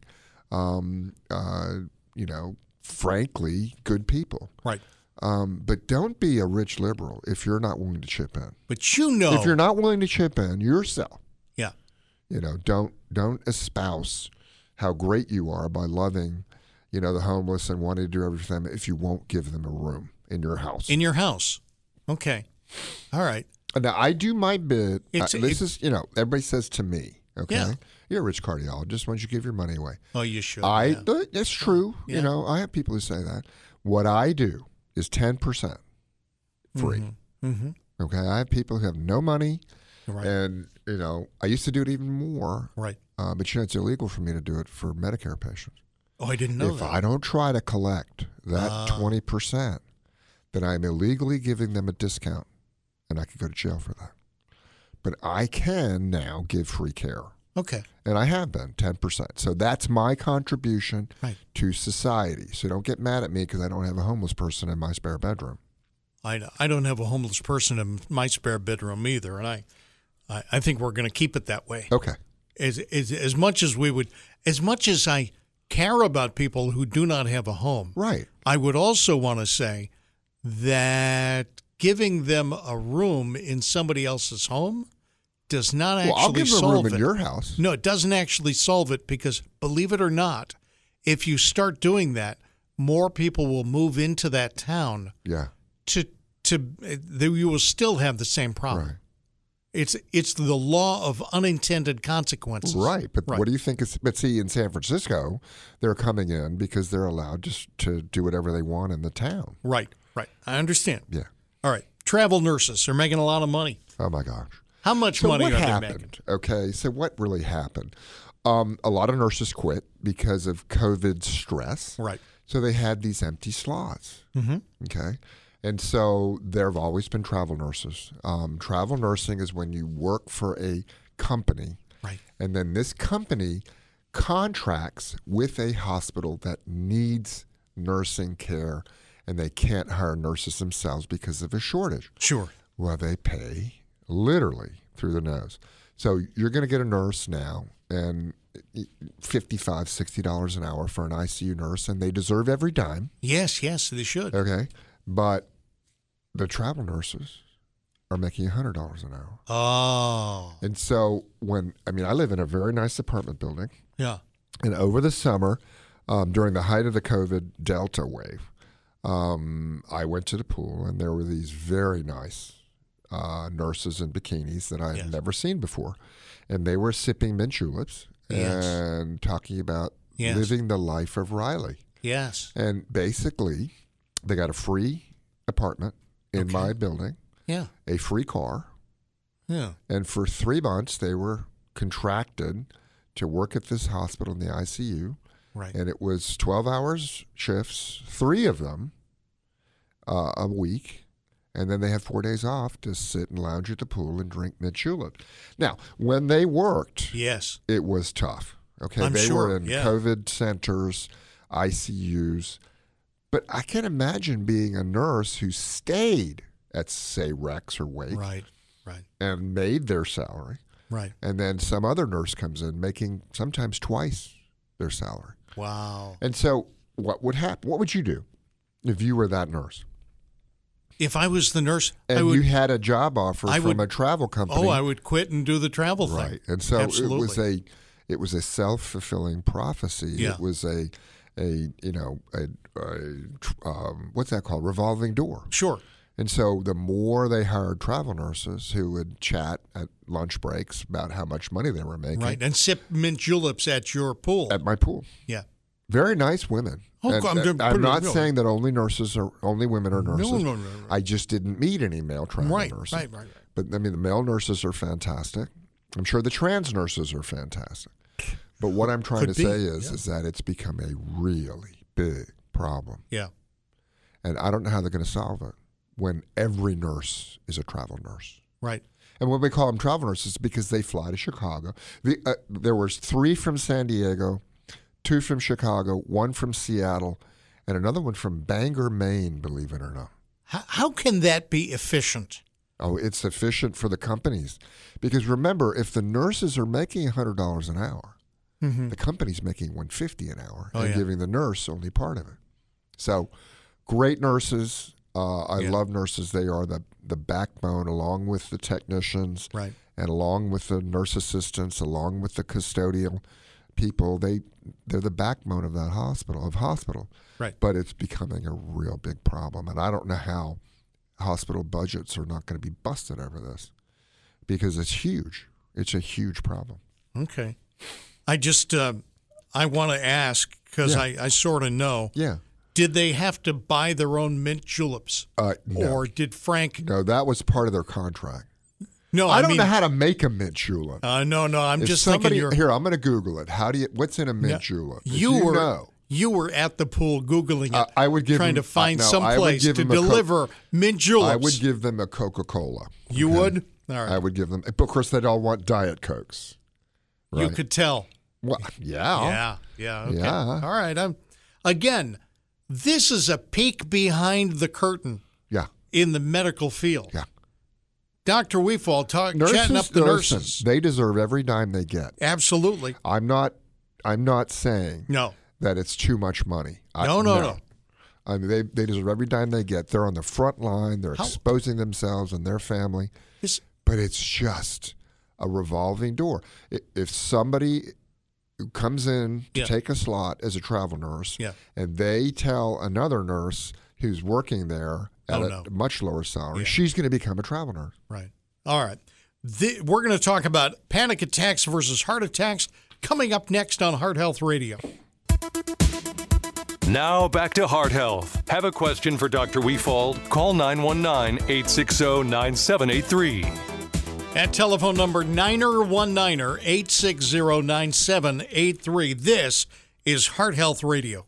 Speaker 4: um, uh, you know, frankly, good people.
Speaker 3: right.
Speaker 4: Um, but don't be a rich liberal if you're not willing to chip in.
Speaker 3: But you know.
Speaker 4: If you're not willing to chip in yourself,
Speaker 3: Yeah.
Speaker 4: you know, don't don't espouse how great you are by loving, you know, the homeless and wanting to do everything for them if you won't give them a room in your house.
Speaker 3: In your house. Okay. All right.
Speaker 4: Now I do my bit. Uh,
Speaker 3: It's- it-
Speaker 4: this is you know everybody says to me, okay,
Speaker 3: Yeah.
Speaker 4: you're a rich cardiologist. Why don't you give your money away?
Speaker 3: Oh, you should.
Speaker 4: I
Speaker 3: yeah.
Speaker 4: th- that's true.
Speaker 3: Yeah.
Speaker 4: You know I have people who say that. What I do is ten percent free.
Speaker 3: Mhm.
Speaker 4: Okay, I have people who have no money,
Speaker 3: Right.
Speaker 4: and you know I used to do it even more,
Speaker 3: Right.
Speaker 4: uh, but you know it's illegal for me to do it for Medicare patients.
Speaker 3: Oh, I didn't know
Speaker 4: if
Speaker 3: that.
Speaker 4: I don't try to collect
Speaker 3: Uh.
Speaker 4: that twenty percent, then I'm illegally giving them a discount, and I could go to jail for that. But I can now give free care,
Speaker 3: okay.
Speaker 4: and I have been ten percent. So that's my contribution
Speaker 3: Right.
Speaker 4: to society. So don't get mad at me because I don't have a homeless person in my spare bedroom.
Speaker 3: I, I don't have a homeless person in my spare bedroom either, and I I, I think we're going to keep it that way.
Speaker 4: Okay,
Speaker 3: As, as as much as we would, as much as I care about people who do not have a home,
Speaker 4: right,
Speaker 3: I would also want to say that giving them a room in somebody else's home does not actually
Speaker 4: well, I'll give them a
Speaker 3: solve it.
Speaker 4: room in your house.
Speaker 3: No, it doesn't actually solve it because, believe it or not, if you start doing that, more people will move into that town
Speaker 4: Yeah,
Speaker 3: to to they, you will still have the same problem.
Speaker 4: right.
Speaker 3: It's it's the law of unintended consequences.
Speaker 4: Right, but
Speaker 3: Right.
Speaker 4: what do you think is? But see, in San Francisco, they're coming in because they're allowed just to do whatever they want in the town.
Speaker 3: Right. Right. I understand.
Speaker 4: Yeah.
Speaker 3: All right. Travel nurses are making a lot of money.
Speaker 4: Oh my gosh.
Speaker 3: How much
Speaker 4: So
Speaker 3: money
Speaker 4: what
Speaker 3: are they making?
Speaker 4: happened? Okay. So what really happened? Um, a lot of nurses quit because of COVID stress.
Speaker 3: Right. Mm-hmm.
Speaker 4: So they had these empty slots. Okay. And so there have always been travel nurses. Um, travel nursing is when you work for a company
Speaker 3: Right.
Speaker 4: and then this company contracts with a hospital that needs nursing care and they can't hire nurses themselves because of a shortage.
Speaker 3: Sure.
Speaker 4: Well, they pay literally through the nose. So you're going to get a nurse now and 55 $60 an hour for an ICU nurse and they deserve every dime,
Speaker 3: Yes. Yes. They should.
Speaker 4: okay? But the travel nurses are making $100 an hour.
Speaker 3: Oh.
Speaker 4: And so when I mean I live in a very nice apartment building
Speaker 3: Yeah.
Speaker 4: and over the summer, um, during the height of the COVID Delta wave, um, I went to the pool and there were these very nice uh, nurses in bikinis that I had
Speaker 3: Yes.
Speaker 4: never seen before. And they were sipping mint juleps
Speaker 3: Yes.
Speaker 4: and talking about
Speaker 3: Yes.
Speaker 4: living the life of Riley.
Speaker 3: Yes.
Speaker 4: And basically, they got a free apartment in my building,
Speaker 3: Yeah.
Speaker 4: a free car,
Speaker 3: Yeah.
Speaker 4: and for three months, they were contracted to work at this hospital in the ICU.
Speaker 3: Right.
Speaker 4: And it was 12 hours shifts, three of them uh, a week. And then they have four days off to sit and lounge at the pool and drink mint julep. Now, when they worked,
Speaker 3: yes.
Speaker 4: it was tough. Okay.
Speaker 3: I'm
Speaker 4: they
Speaker 3: sure,
Speaker 4: were in
Speaker 3: yeah.
Speaker 4: COVID centers, ICUs. But I can't imagine being a nurse who stayed at, say, Rex or Wake
Speaker 3: Right. Right.
Speaker 4: and made their salary
Speaker 3: Right.
Speaker 4: and then some other nurse comes in making sometimes twice their salary.
Speaker 3: Wow.
Speaker 4: And so, what would happen? What would you do if you were that nurse
Speaker 3: If I was the nurse, I
Speaker 4: and
Speaker 3: would.
Speaker 4: you had a job offer
Speaker 3: I
Speaker 4: from
Speaker 3: would-
Speaker 4: a travel company?
Speaker 3: oh, I would quit and do the travel thing.
Speaker 4: right. And so
Speaker 3: Absolutely.
Speaker 4: it was a it was a self fulfilling prophecy.
Speaker 3: Yeah.
Speaker 4: It was a a you know a, a tr- um, what's that called revolving door.
Speaker 3: sure.
Speaker 4: And so the more they hired travel nurses who would chat at lunch breaks about how much money they were making
Speaker 3: Right. And sip mint juleps at your pool.
Speaker 4: at my pool.
Speaker 3: yeah.
Speaker 4: Very nice women.
Speaker 3: Oh,
Speaker 4: And-
Speaker 3: God,
Speaker 4: and
Speaker 3: they're
Speaker 4: I'm
Speaker 3: pretty
Speaker 4: not
Speaker 3: real.
Speaker 4: saying that only nurses are only women are nurses.
Speaker 3: no, no, no.
Speaker 4: I just didn't meet any male travel
Speaker 3: Right,
Speaker 4: nurses.
Speaker 3: right, right, right.
Speaker 4: But I mean, the male nurses are fantastic. I'm sure the trans nurses are fantastic. But what I'm trying
Speaker 3: Could
Speaker 4: to
Speaker 3: be,
Speaker 4: say is,
Speaker 3: yeah.
Speaker 4: is that it's become a really big problem,
Speaker 3: Yeah.
Speaker 4: and I don't know how they're going to solve it when every nurse is a travel nurse.
Speaker 3: Right.
Speaker 4: And when we call them travel nurses, it's because they fly to Chicago. The, uh, there was three from San Diego, two from Chicago, one from Seattle, and another one from Bangor, Maine. Believe it or not.
Speaker 3: How, how can that be efficient?
Speaker 4: Oh, it's efficient for the companies because remember, if the nurses are making hundred dollars an hour, the company's making one fifty an hour
Speaker 3: Mm-hmm. Oh,
Speaker 4: and
Speaker 3: yeah.
Speaker 4: giving the nurse only part of it. So, great nurses. Uh, I
Speaker 3: Yeah.
Speaker 4: love nurses. They are the the backbone, along with the technicians,
Speaker 3: Right.
Speaker 4: and along with the nurse assistants, along with the custodial people, they they're the backbone of that hospital of hospital.
Speaker 3: Right.
Speaker 4: But it's becoming a real big problem, and I don't know how hospital budgets are not going to be busted over this because it's huge. It's a huge problem.
Speaker 3: Okay. I just uh, I want to ask because
Speaker 4: Yeah.
Speaker 3: I, I sort of know.
Speaker 4: Yeah.
Speaker 3: Did they have to buy their own mint juleps,
Speaker 4: Uh, no,
Speaker 3: or did Frank?
Speaker 4: no, that was part of their contract.
Speaker 3: No,
Speaker 4: I,
Speaker 3: I,
Speaker 4: don't
Speaker 3: mean,
Speaker 4: know how to make a mint julep.
Speaker 3: uh, no, no. I'm
Speaker 4: If
Speaker 3: just
Speaker 4: somebody,
Speaker 3: thinking you're.
Speaker 4: here, I'm going to Google it. How do you? What's in a mint
Speaker 3: Yeah.
Speaker 4: julep? If
Speaker 3: You, were
Speaker 4: know.
Speaker 3: you were at the pool googling it.
Speaker 4: Uh, I would give
Speaker 3: trying
Speaker 4: him-
Speaker 3: to find
Speaker 4: uh, no,
Speaker 3: some
Speaker 4: I would
Speaker 3: place
Speaker 4: give
Speaker 3: to
Speaker 4: him a co-
Speaker 3: deliver mint juleps.
Speaker 4: I would give them a Coca Cola.
Speaker 3: you would. All right.
Speaker 4: I would give them. Of course, they'd all want Diet Cokes.
Speaker 3: You
Speaker 4: Right.
Speaker 3: could tell.
Speaker 4: Well, yeah.
Speaker 3: Yeah. Yeah. Okay.
Speaker 4: Yeah.
Speaker 3: All right. I'm again. This is a peek behind the curtain
Speaker 4: Yeah.
Speaker 3: in the medical field.
Speaker 4: Yeah.
Speaker 3: Doctor Weefall talk,
Speaker 4: Nurses,
Speaker 3: chatting up the
Speaker 4: nurses,
Speaker 3: nurses.
Speaker 4: They deserve every dime they get.
Speaker 3: Absolutely.
Speaker 4: I'm not. I'm not saying
Speaker 3: No.
Speaker 4: that it's too much money. I,
Speaker 3: No, no, no.
Speaker 4: I mean, they, they deserve every dime they get. They're on the front line. They're
Speaker 3: How-
Speaker 4: exposing themselves and their family.
Speaker 3: This,
Speaker 4: but it's just a revolving door. I- If somebody comes in to
Speaker 3: Yeah.
Speaker 4: take a slot as a travel nurse,
Speaker 3: Yeah.
Speaker 4: and they tell another nurse who's working there at
Speaker 3: Oh,
Speaker 4: a
Speaker 3: no.
Speaker 4: much lower salary,
Speaker 3: Yeah.
Speaker 4: she's going to become a travel nurse.
Speaker 3: right. All right. Thi- we're going to talk about panic attacks versus heart attacks coming up next on Heart Health Radio.
Speaker 1: Now back to heart health. Have a question for Dr. Weefald? Call 919 860 9783.
Speaker 3: At telephone number oh 919er 860-9783. This is Heart Health Radio.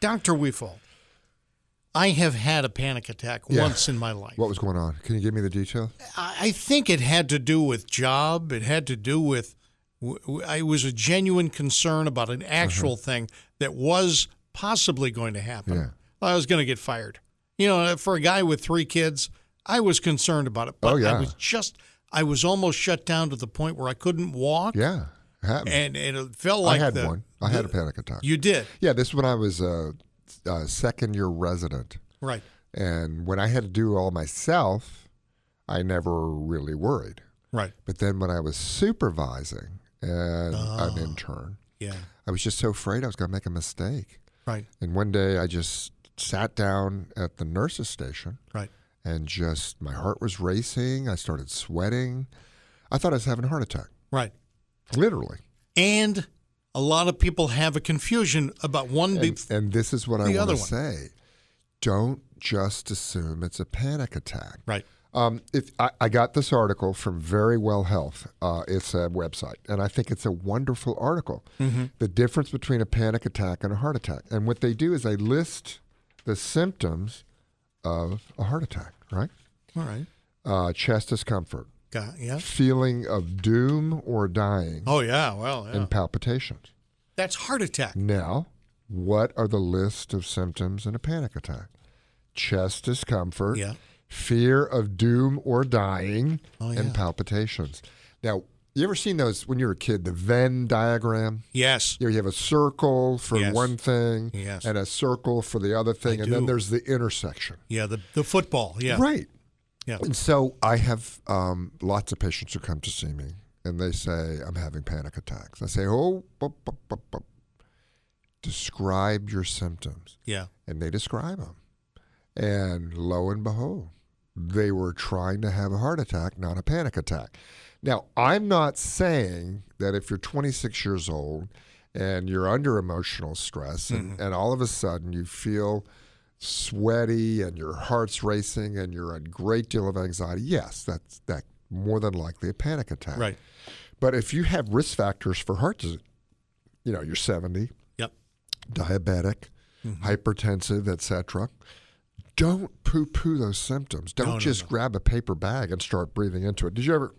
Speaker 3: Dr. Weefall, I have had a panic attack
Speaker 4: Yeah.
Speaker 3: once in my life.
Speaker 4: What was going on? Can you give me the detail?
Speaker 3: I I think it had to do with job. It had to do with. w- w- I- It was a genuine concern about an actual thing that was possibly going to happen.
Speaker 4: Uh-huh. Yeah.
Speaker 3: I was going to get fired. You know, for a guy with three kids, I was concerned about it. But
Speaker 4: Oh, yeah.
Speaker 3: I was just. I was almost shut down to the point where I couldn't walk.
Speaker 4: Yeah, it happened.
Speaker 3: And, and it felt
Speaker 4: I
Speaker 3: like
Speaker 4: had
Speaker 3: the-
Speaker 4: one. I had a
Speaker 3: the-
Speaker 4: panic attack.
Speaker 3: You did
Speaker 4: yeah, this is when I was a, a second year resident,
Speaker 3: right.
Speaker 4: and when I had to do all myself, I never really worried.
Speaker 3: Right.
Speaker 4: But then when I was supervising and
Speaker 3: Ah.
Speaker 4: an intern,
Speaker 3: Yeah.
Speaker 4: I was just so afraid I was going to make a mistake.
Speaker 3: Right.
Speaker 4: And one day I just sat down at the nurse's station
Speaker 3: Right.
Speaker 4: and just my heart was racing. I started sweating. I thought I was having a heart attack,
Speaker 3: Right.
Speaker 4: literally.
Speaker 3: And a lot of people have a confusion about one. be-
Speaker 4: And, and this is what I
Speaker 3: the
Speaker 4: want
Speaker 3: other
Speaker 4: to
Speaker 3: one.
Speaker 4: say don't just assume it's a panic attack.
Speaker 3: right.
Speaker 4: Um, if I, I got this article from Very Well Health, uh, it's a website, and I think it's a wonderful article.
Speaker 3: Mm-hmm.
Speaker 4: The difference between a panic attack and a heart attack, and what they do is they list the symptoms of a heart attack. Right,
Speaker 3: All right.
Speaker 4: uh, chest discomfort,
Speaker 3: Got, yeah.
Speaker 4: feeling of doom or dying,
Speaker 3: Oh yeah, well, yeah.
Speaker 4: and palpitations.
Speaker 3: that's heart attack.
Speaker 4: Now, what are the list of symptoms in a panic attack? Chest discomfort,
Speaker 3: Yeah.
Speaker 4: fear of doom or dying,
Speaker 3: Oh, yeah.
Speaker 4: and palpitations. Now, You ever seen those when you were a kid, the Venn diagram?
Speaker 3: Yes.
Speaker 4: You, know, you have a circle for
Speaker 3: Yes.
Speaker 4: one thing
Speaker 3: Yes.
Speaker 4: and a circle for the other thing, and
Speaker 3: do.
Speaker 4: then there's the intersection.
Speaker 3: Yeah, the, the football. Yeah.
Speaker 4: Right.
Speaker 3: Yeah.
Speaker 4: And so I have um, lots of patients who come to see me and they say, I'm having panic attacks. I say, Oh, bu- bu- bu- bu- describe your symptoms.
Speaker 3: Yeah.
Speaker 4: And they describe them. And lo and behold, they were trying to have a heart attack, not a panic attack. Now, I'm not saying that if you're 26 years old and you're under emotional stress and, and all of a sudden you feel sweaty and your heart's racing and you're a great deal of anxiety, yes, that's that more than likely a panic attack.
Speaker 3: Right.
Speaker 4: But if you have risk factors for heart disease, you know, you're 70,
Speaker 3: Yep.
Speaker 4: diabetic,
Speaker 3: Mm-hmm.
Speaker 4: hypertensive, etc. Don't poo-poo those symptoms. Don't
Speaker 3: no,
Speaker 4: just grab a paper bag and start breathing into it. Did you ever?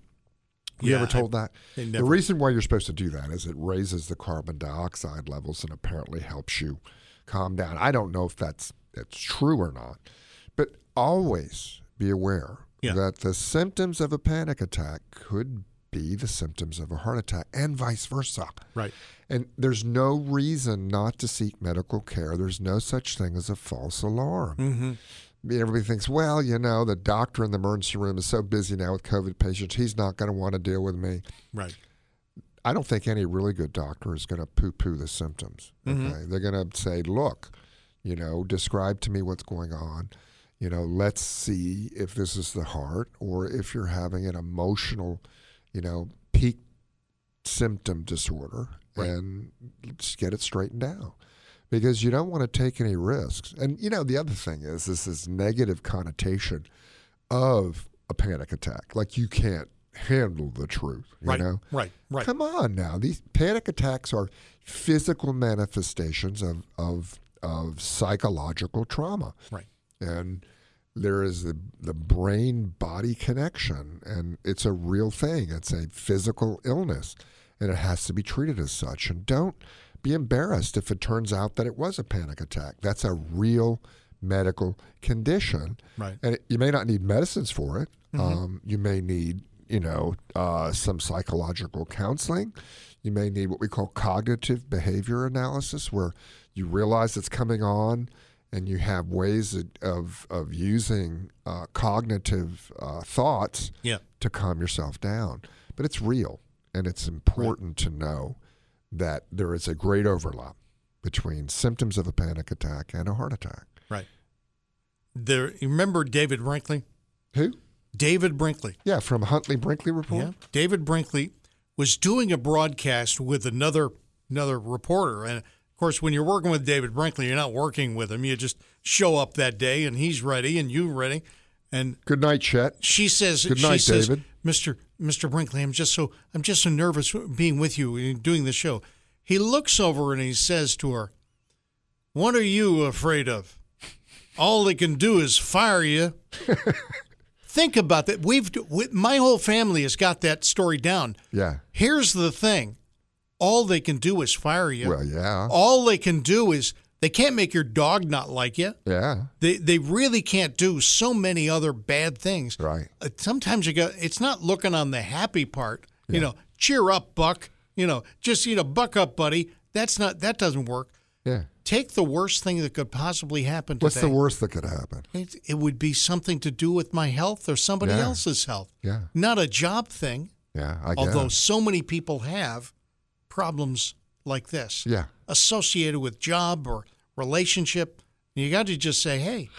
Speaker 4: You
Speaker 3: Yeah,
Speaker 4: ever told that?
Speaker 3: they
Speaker 4: The
Speaker 3: never-
Speaker 4: reason why you're supposed to do that is it raises the carbon dioxide levels and apparently helps you calm down. I don't know if that's that's true or not, but always be aware
Speaker 3: Yeah.
Speaker 4: that the symptoms of a panic attack could be the symptoms of a heart attack and vice versa.
Speaker 3: Right.
Speaker 4: And there's no reason not to seek medical care. There's no such thing as a false alarm. I mean, Everybody thinks, well, you know, the doctor in the emergency room is so busy now with COVID patients, he's not going to want to deal with me.
Speaker 3: Right.
Speaker 4: I don't think any really good doctor is going to poo poo the symptoms. Okay. They're going to say, look, you know, describe to me what's going on. You know, let's see if this is the heart or if you're having an emotional, you know, peak symptom disorder and let's get it straightened out because you don't want to take any risks. And, you know, the other thing is this is negative connotation of a panic attack. Like you can't handle the truth, you
Speaker 3: Right.
Speaker 4: know?
Speaker 3: Right. Right.
Speaker 4: Come on now. These panic attacks are physical manifestations of of of psychological trauma.
Speaker 3: Right.
Speaker 4: And there is the the brain body connection and it's a real thing. It's a physical illness and it has to be treated as such. And don't be embarrassed if it turns out that it was a panic attack. That's a real medical condition.
Speaker 3: Right.
Speaker 4: And it, you may not need medicines for it. Um, you may need, you know, uh, some psychological counseling. You may need what we call cognitive behavior analysis, where you realize it's coming on and you have ways of, of, of using uh, cognitive uh, thoughts
Speaker 3: Yeah.
Speaker 4: to calm yourself down. But it's real, and it's important to know that there is a great overlap between symptoms of a panic attack and a heart attack.
Speaker 3: Right. There. you Remember David Brinkley?
Speaker 4: Who?
Speaker 3: David Brinkley.
Speaker 4: Yeah, from Huntley Brinkley report.
Speaker 3: Yeah. David Brinkley was doing a broadcast with another another reporter, and of course, when you're working with David Brinkley, you're not working with him. You just show up that day, and he's ready, and you ready, and
Speaker 4: Good night, Chet.
Speaker 3: she says,
Speaker 4: Good
Speaker 3: she
Speaker 4: night,
Speaker 3: says,
Speaker 4: David.
Speaker 3: Mr. Mr. Brinkley, I'm just so I'm just so nervous being with you and doing the show. He looks over and he says to her, "What are you afraid of? All they can do is fire you." Think about that. We've we, my whole family has got that story down.
Speaker 4: Yeah.
Speaker 3: Here's the thing: all they can do is fire you.
Speaker 4: Well, yeah.
Speaker 3: All they can do is they can't make your dog not like you.
Speaker 4: Yeah.
Speaker 3: They they really can't do so many other bad things
Speaker 4: Right.
Speaker 3: uh, sometimes you go it's not looking on the happy part you know cheer up buck you know just you know buck up buddy that's not that doesn't work
Speaker 4: Yeah.
Speaker 3: take the worst thing that could possibly happen
Speaker 4: What's
Speaker 3: today
Speaker 4: the worst that could happen?
Speaker 3: It, it would be something to do with my health or somebody
Speaker 4: Yeah.
Speaker 3: else's health
Speaker 4: Yeah.
Speaker 3: not a job thing
Speaker 4: Yeah. I guess.
Speaker 3: although so many people have problems like this
Speaker 4: Yeah.
Speaker 3: associated with job or relationship you got to just say hey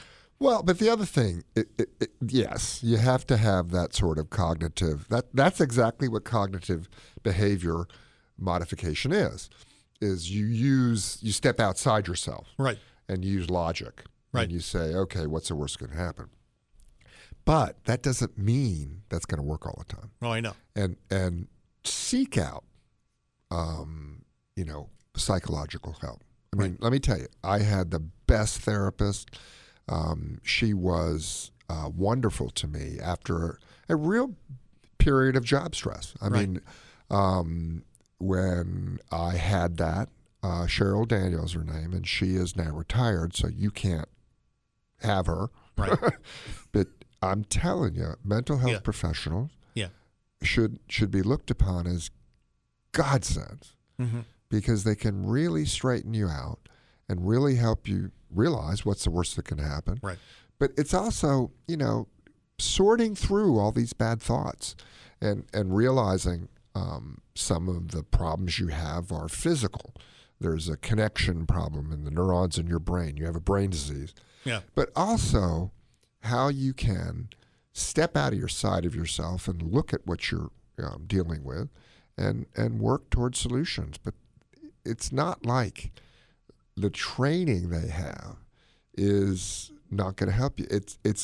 Speaker 4: Well, but the other thing, it, it, it, yes, you have to have that sort of cognitive. That that's exactly what cognitive behavior modification is. Is you use you step outside yourself
Speaker 3: right
Speaker 4: and use logic.
Speaker 3: Right.
Speaker 4: And you say, okay, what's the worst that can happen? But that doesn't mean that's going to work all the time.
Speaker 3: oh i know
Speaker 4: and and seek out um, you know psychological help. I mean, let me tell you, I had the best therapist. Um, she was uh, wonderful to me after a real period of job stress. I
Speaker 3: Right.
Speaker 4: mean, um, when I had that, uh, Cheryl Daniels, her name, and she is now retired, so you can't have her.
Speaker 3: Right.
Speaker 4: but I'm telling you, mental health
Speaker 3: Yeah.
Speaker 4: professionals
Speaker 3: yeah
Speaker 4: should should be looked upon as godsends because they can really straighten you out and really help you realize what's the worst that can happen.
Speaker 3: Right.
Speaker 4: But it's also, you know, sorting through all these bad thoughts and and realizing um, some of the problems you have are physical. There's a connection problem in the neurons in your brain. You have a brain disease
Speaker 3: Yeah.
Speaker 4: but also how you can step out of your side of yourself and look at what you're um, dealing with and and work towards solutions but it's not like the training they have is not going to help you it's it's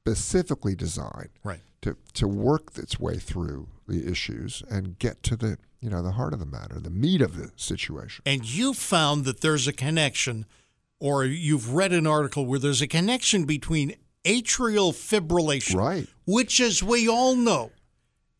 Speaker 4: specifically designed
Speaker 3: Right.
Speaker 4: to to work its way through the issues and get to the you know the heart of the matter the meat of the situation
Speaker 3: And you found that there's a connection, or you've read an article where there's a connection between atrial fibrillation,
Speaker 4: Right.
Speaker 3: which, as we all know,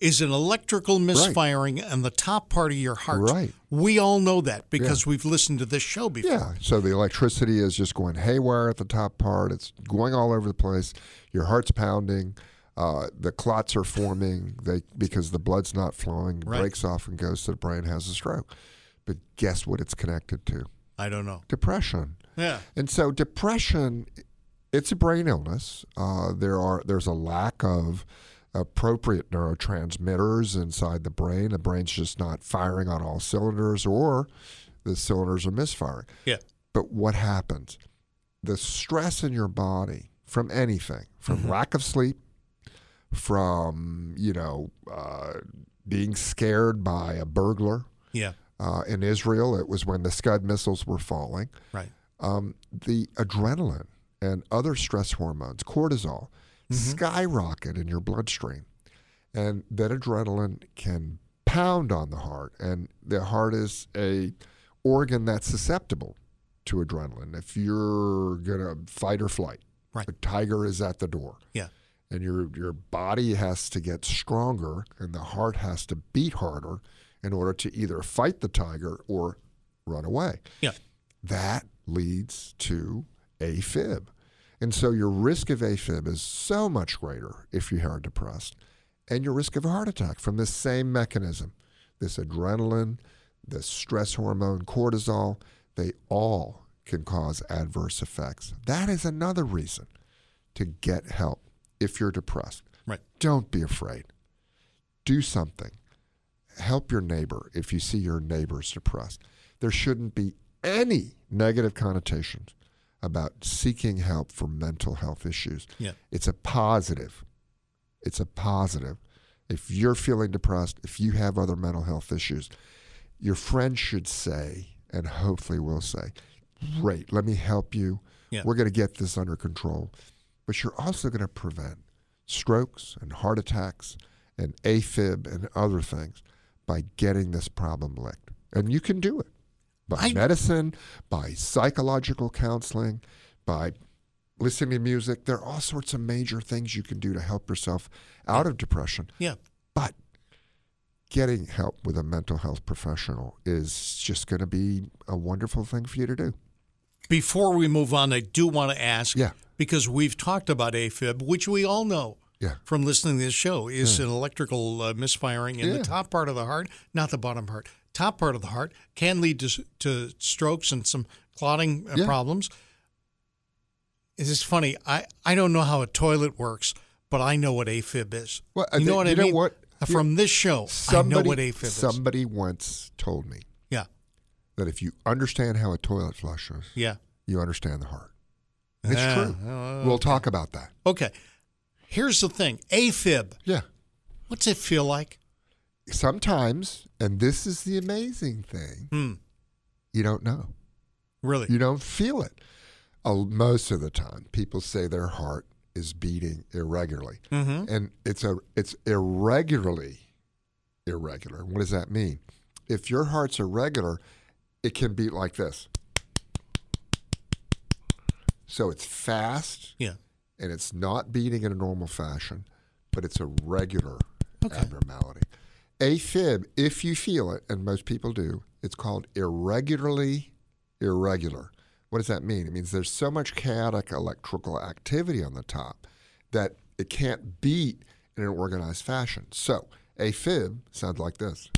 Speaker 3: is an electrical misfiring on the top part of your heart.
Speaker 4: Right.
Speaker 3: We all know that because we've listened to this show before.
Speaker 4: Yeah. So the electricity is just going haywire at the top part. It's going all over the place. Your heart's pounding. Uh, the clots are forming. They because the blood's not flowing.
Speaker 3: Right.
Speaker 4: Breaks off and goes to the brain. Has a stroke. But guess what? It's connected to
Speaker 3: I don't know.
Speaker 4: depression.
Speaker 3: Yeah.
Speaker 4: And so depression, it's a brain illness. Uh, there are there's a lack of appropriate neurotransmitters inside the brain. The brain's just not firing on all cylinders, or the cylinders are misfiring.
Speaker 3: Yeah.
Speaker 4: But what happens? The stress in your body from anything, from lack of sleep, from you know uh, being scared by a burglar.
Speaker 3: Yeah.
Speaker 4: Uh, in Israel, it was when the Scud missiles were falling
Speaker 3: Right.
Speaker 4: um, the adrenaline and other stress hormones, cortisol,
Speaker 3: Mm-hmm.
Speaker 4: skyrocket in your bloodstream. And that adrenaline can pound on the heart. And the heart is a organ that's susceptible to adrenaline. If you're gonna fight or flight,
Speaker 3: Right.
Speaker 4: the tiger is at the door.
Speaker 3: Yeah.
Speaker 4: And your your body has to get stronger and the heart has to beat harder in order to either fight the tiger or run away
Speaker 3: Yeah.
Speaker 4: that leads to AFib. And so your risk of AFib is so much greater if you are depressed, and your risk of a heart attack from the same mechanism this adrenaline, the stress hormone, cortisol, they all can cause adverse effects. That is another reason to get help if you're depressed.
Speaker 3: Right.
Speaker 4: Don't be afraid. Do something. Help your neighbor if you see your neighbor's depressed. There shouldn't be any negative connotations about seeking help for mental health issues.
Speaker 3: Yeah.
Speaker 4: It's a positive. It's a positive. If you're feeling depressed, if you have other mental health issues, your friend should say, and hopefully will say, Great, let me help you.
Speaker 3: Yeah.
Speaker 4: We're going to get this under control. But you're also going to prevent strokes and heart attacks and AFib and other things by getting this problem licked. And you can do it by
Speaker 3: I-
Speaker 4: medicine, by psychological counseling, by listening to music. There are all sorts of major things you can do to help yourself out of depression.
Speaker 3: Yeah.
Speaker 4: But getting help with a mental health professional is just going to be a wonderful thing for you to do.
Speaker 3: Before we move on, I do want to ask
Speaker 4: Yeah.
Speaker 3: because we've talked about AFib, which we all know.
Speaker 4: Yeah.
Speaker 3: from listening to this show is an electrical uh, misfiring in the
Speaker 4: Hmm. Yeah.
Speaker 3: top part of the heart, not the bottom part. Top part of the heart can lead to, s- to strokes and some clotting uh,
Speaker 4: Yeah.
Speaker 3: problems. It is funny. I, I don't know how a toilet works, but I know what AFib is.
Speaker 4: Well, I
Speaker 3: you know
Speaker 4: think-
Speaker 3: what I
Speaker 4: you know
Speaker 3: mean? Uh,
Speaker 4: what?
Speaker 3: From this show, I know what AFib is.
Speaker 4: somebody once told me
Speaker 3: Yeah,
Speaker 4: that if you understand how a toilet flushes,
Speaker 3: yeah.
Speaker 4: you understand the heart. It's
Speaker 3: Ah,
Speaker 4: true.
Speaker 3: oh,
Speaker 4: We'll talk about that.
Speaker 3: Okay. Here's the thing AFib.
Speaker 4: Yeah.
Speaker 3: What's it feel like?
Speaker 4: Sometimes, and this is the amazing thing,
Speaker 3: Hmm.
Speaker 4: you don't know.
Speaker 3: Really?
Speaker 4: You don't feel it. Uh, most of the time, people say their heart is beating irregularly,
Speaker 3: Mhm.
Speaker 4: and it's a it's irregularly irregular. What does that mean? If your heart's irregular, it can beat like this. So it's fast
Speaker 3: Yeah.
Speaker 4: and it's not beating in a normal fashion, but it's a regular
Speaker 3: Okay.
Speaker 4: abnormality. AFib, if you feel it, and most people do, it's called irregularly irregular. What does that mean? It means there's so much chaotic electrical activity on the top that it can't beat in an organized fashion. So a fib sounds like this.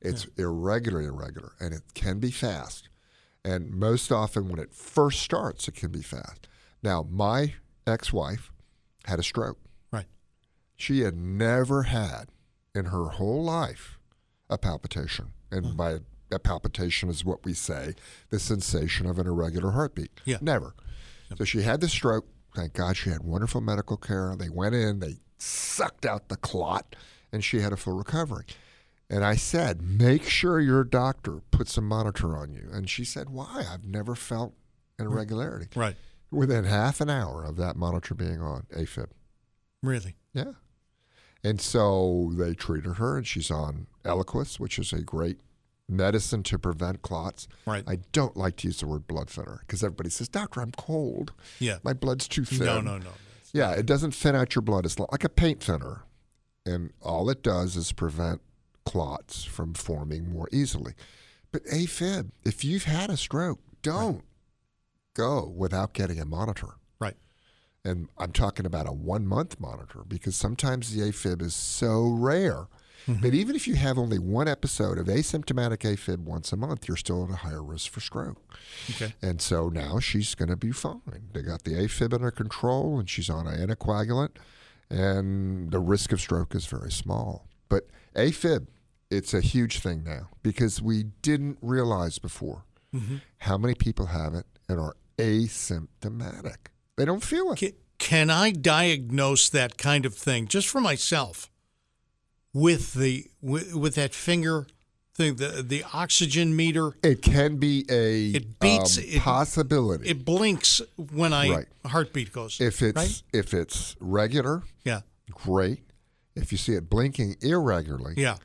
Speaker 4: It's irregular, irregular, and it can be fast. And most often, when it first starts, it can be fast. Now, my ex wife had a stroke.
Speaker 3: Right.
Speaker 4: She had never had in her whole life a palpitation. And by a palpitation is what we say the sensation of an irregular heartbeat.
Speaker 3: Yeah.
Speaker 4: Never. So she had the stroke. Thank God she had wonderful medical care. They went in, they sucked out the clot, and she had a full recovery. And I said, make sure your doctor puts a monitor on you. And she said, why? I've never felt an irregularity.
Speaker 3: Right.
Speaker 4: Within half an hour of that monitor being on, AFib.
Speaker 3: Really.
Speaker 4: Yeah. And so they treated her, and she's on Eliquis, which is a great medicine to prevent clots.
Speaker 3: Right.
Speaker 4: I don't like to use the word blood thinner because everybody says, Doctor, I'm cold.
Speaker 3: Yeah.
Speaker 4: My blood's too thin.
Speaker 3: No, no, no.
Speaker 4: Yeah, it doesn't thin out your blood. It's li- like a paint thinner. And all it does is prevent clots from forming more easily. But AFib, if you've had a stroke, don't go without getting a monitor.
Speaker 3: Right.
Speaker 4: And I'm talking about a one month monitor because sometimes the AFib is so rare. But even if you have only one episode of asymptomatic AFib once a month, you're still at a higher risk for stroke.
Speaker 3: Okay.
Speaker 4: And so now she's going to be fine. They got the AFib under control and she's on an anticoagulant, and the risk of stroke is very small. But AFib, it's a huge thing now because we didn't realize before how many people have it and are asymptomatic. They don't feel it.
Speaker 3: Ca- Can I diagnose that kind of thing just for myself with the with, with that finger thing, the the oxygen meter?
Speaker 4: It can be a
Speaker 3: It beats-
Speaker 4: um,
Speaker 3: it-
Speaker 4: possibility
Speaker 3: It blinks when I
Speaker 4: Right.
Speaker 3: heartbeat goes.
Speaker 4: if it's
Speaker 3: right?
Speaker 4: if it's regular,
Speaker 3: yeah,
Speaker 4: great. If you see it blinking irregularly,
Speaker 3: yeah.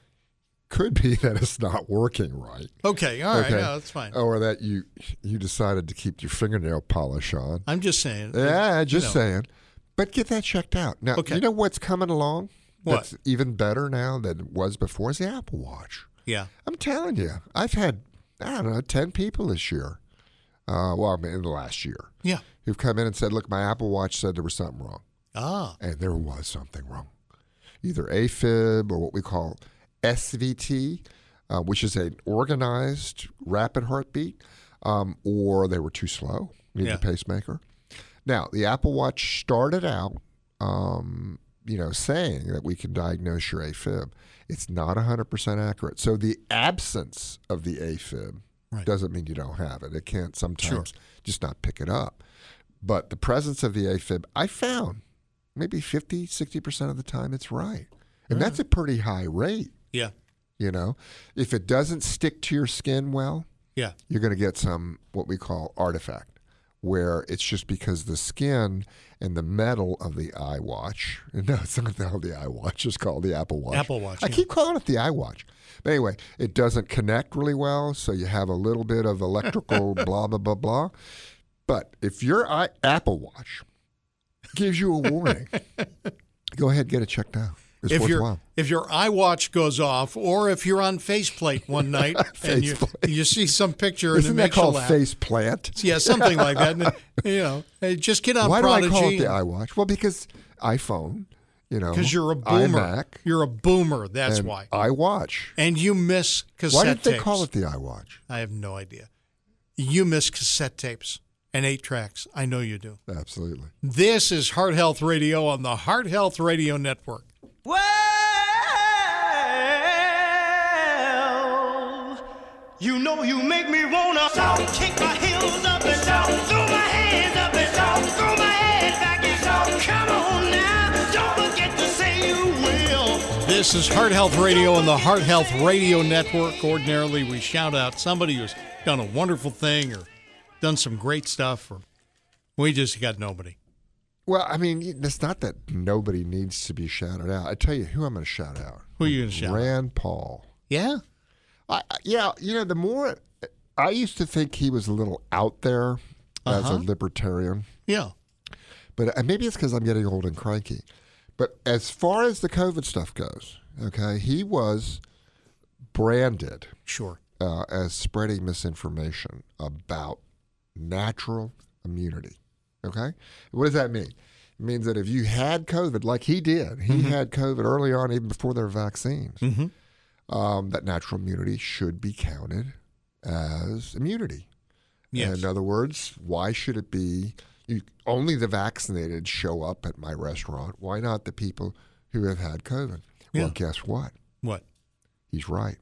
Speaker 4: could be that it's not working right.
Speaker 3: Okay, all right,
Speaker 4: Okay. Oh.
Speaker 3: no, that's fine.
Speaker 4: Or that you you decided to keep your fingernail polish on.
Speaker 3: I'm just saying.
Speaker 4: Yeah,
Speaker 3: you
Speaker 4: just
Speaker 3: know,
Speaker 4: saying. But get that checked out. Now,
Speaker 3: Okay.
Speaker 4: you know what's coming along?
Speaker 3: What?
Speaker 4: That's even better now than it was before is the Apple Watch.
Speaker 3: Yeah,
Speaker 4: I'm telling you, I've had, I don't know, 10 people this year. Uh, well, I mean, in the last year,
Speaker 3: yeah.
Speaker 4: who've come in and said, look, my Apple Watch said there was something wrong.
Speaker 3: Ah,
Speaker 4: And there was something wrong. Either AFib or what we call SVT, uh, which is an organized rapid heartbeat, um, or they were too slow, needed
Speaker 3: Yeah.
Speaker 4: a pacemaker. Now, the Apple Watch started out, um, you know, saying that we can diagnose your AFib. It's not 100% accurate. So the absence of the AFib
Speaker 3: Right.
Speaker 4: doesn't mean you don't have it. It can't sometimes just not pick it up. But the presence of the AFib, I found maybe 50, 60% of the time it's right. And that's a pretty high rate,
Speaker 3: yeah,
Speaker 4: you know. If it doesn't stick to your skin well,
Speaker 3: yeah,
Speaker 4: you're going to get some what we call artifact, where it's just because the skin and the metal of the iWatch. No, it's not the, the iWatch. It's called the Apple Watch.
Speaker 3: Apple Watch,
Speaker 4: I
Speaker 3: yeah.
Speaker 4: keep calling it the iWatch. But anyway, it doesn't connect really well, so you have a little bit of electrical blah blah blah blah. But if your i Apple Watch gives you a warning, go ahead get it checked out. It's
Speaker 3: if your
Speaker 4: worthwhile.
Speaker 3: if your iWatch goes off, or if you're on Faceplate one night and you
Speaker 4: Faceplate.
Speaker 3: you see some picture
Speaker 4: Isn't
Speaker 3: and it
Speaker 4: that
Speaker 3: makes you
Speaker 4: called
Speaker 3: laugh.
Speaker 4: face plant?
Speaker 3: Yeah, something like that. And, then, you know, hey, just get on
Speaker 4: Why
Speaker 3: Prodigy.
Speaker 4: do I call it the iWatch? Well, because iPhone, you know,
Speaker 3: Because you're a boomer.
Speaker 4: iMac,
Speaker 3: You're a boomer. That's
Speaker 4: and
Speaker 3: why.
Speaker 4: iWatch.
Speaker 3: And you miss cassette
Speaker 4: Why did they
Speaker 3: tapes.
Speaker 4: call it the iWatch?
Speaker 3: I have no idea. You miss cassette tapes and eight tracks. I know you do.
Speaker 4: Absolutely.
Speaker 3: This is Heart Health Radio on the Heart Health Radio Network.
Speaker 2: Well, you know you make me wanna shout, kick my heels up and down, throw my hands up and down, throw my head back and down. Come on now, don't forget to say you will.
Speaker 3: This is Heart Health Radio on the Heart Health Radio Network. Ordinarily, we shout out somebody who's done a wonderful thing or done some great stuff, or we just got nobody.
Speaker 4: Well, I mean, it's not that nobody needs to be shouted out. I tell you who I'm going to shout out.
Speaker 3: Who are you going to shout? out?
Speaker 4: Rand Paul.
Speaker 3: Yeah.
Speaker 4: I, I- yeah, you know, the more I used to think he was a little out there as a
Speaker 3: Uh-huh.
Speaker 4: libertarian.
Speaker 3: Yeah.
Speaker 4: but and maybe it's because I'm getting old and cranky. But as far as the COVID stuff goes, okay, he was branded
Speaker 3: Sure.
Speaker 4: uh, as spreading misinformation about natural immunity. Okay. What does that mean? It means that if you had COVID, like he did, he
Speaker 3: Mm-hmm.
Speaker 4: had COVID early on, even before there were vaccines,
Speaker 3: Mm-hmm.
Speaker 4: um, that natural immunity should be counted as immunity.
Speaker 3: Yes.
Speaker 4: In other words, why should it be you, only the vaccinated show up at my restaurant? Why not the people who have had COVID?
Speaker 3: Yeah.
Speaker 4: Well, guess what?
Speaker 3: What?
Speaker 4: He's right.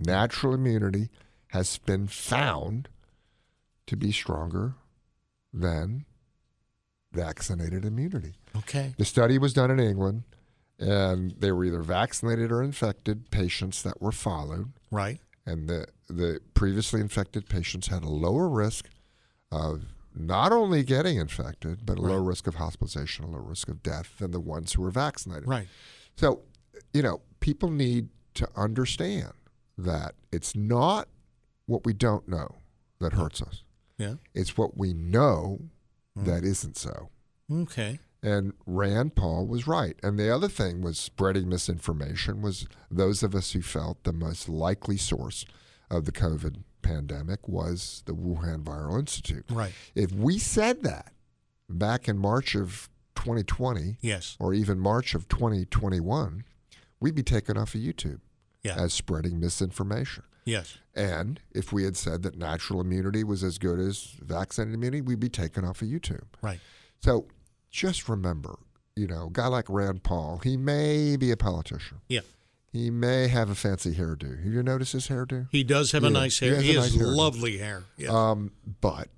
Speaker 4: Natural immunity has been found to be stronger than vaccinated immunity.
Speaker 3: Okay.
Speaker 4: The study was done in England, and they were either vaccinated or infected patients that were followed,
Speaker 3: Right.
Speaker 4: and the the previously infected patients had a lower risk of not only getting infected, but a lower risk of hospitalization, a lower risk of death than the ones who were vaccinated.
Speaker 3: Right.
Speaker 4: So, you know, people need to understand that it's not what we don't know that hurts us.
Speaker 3: Yeah.
Speaker 4: It's what we know that isn't so.
Speaker 3: Okay.
Speaker 4: And Rand Paul was right. And the other thing was spreading misinformation was those of us who felt the most likely source of the COVID pandemic was the Wuhan Viral Institute.
Speaker 3: Right.
Speaker 4: If we said that back in March of 2020,
Speaker 3: Yes.
Speaker 4: or even March of 2021, we'd be taken off of YouTube
Speaker 3: Yeah.
Speaker 4: as spreading misinformation.
Speaker 3: yes.
Speaker 4: And if we had said that natural immunity was as good as vaccinated immunity, we'd be taken off of YouTube.
Speaker 3: Right.
Speaker 4: So just remember, you know, a guy like Rand Paul, he may be a politician.
Speaker 3: Yeah.
Speaker 4: He may have a fancy hairdo. Have you noticed his hairdo?
Speaker 3: He does have a
Speaker 4: Yeah,
Speaker 3: nice
Speaker 4: he
Speaker 3: hair.
Speaker 4: has
Speaker 3: He
Speaker 4: a
Speaker 3: has
Speaker 4: nice hair.
Speaker 3: lovely hair. Yeah.
Speaker 4: Um, but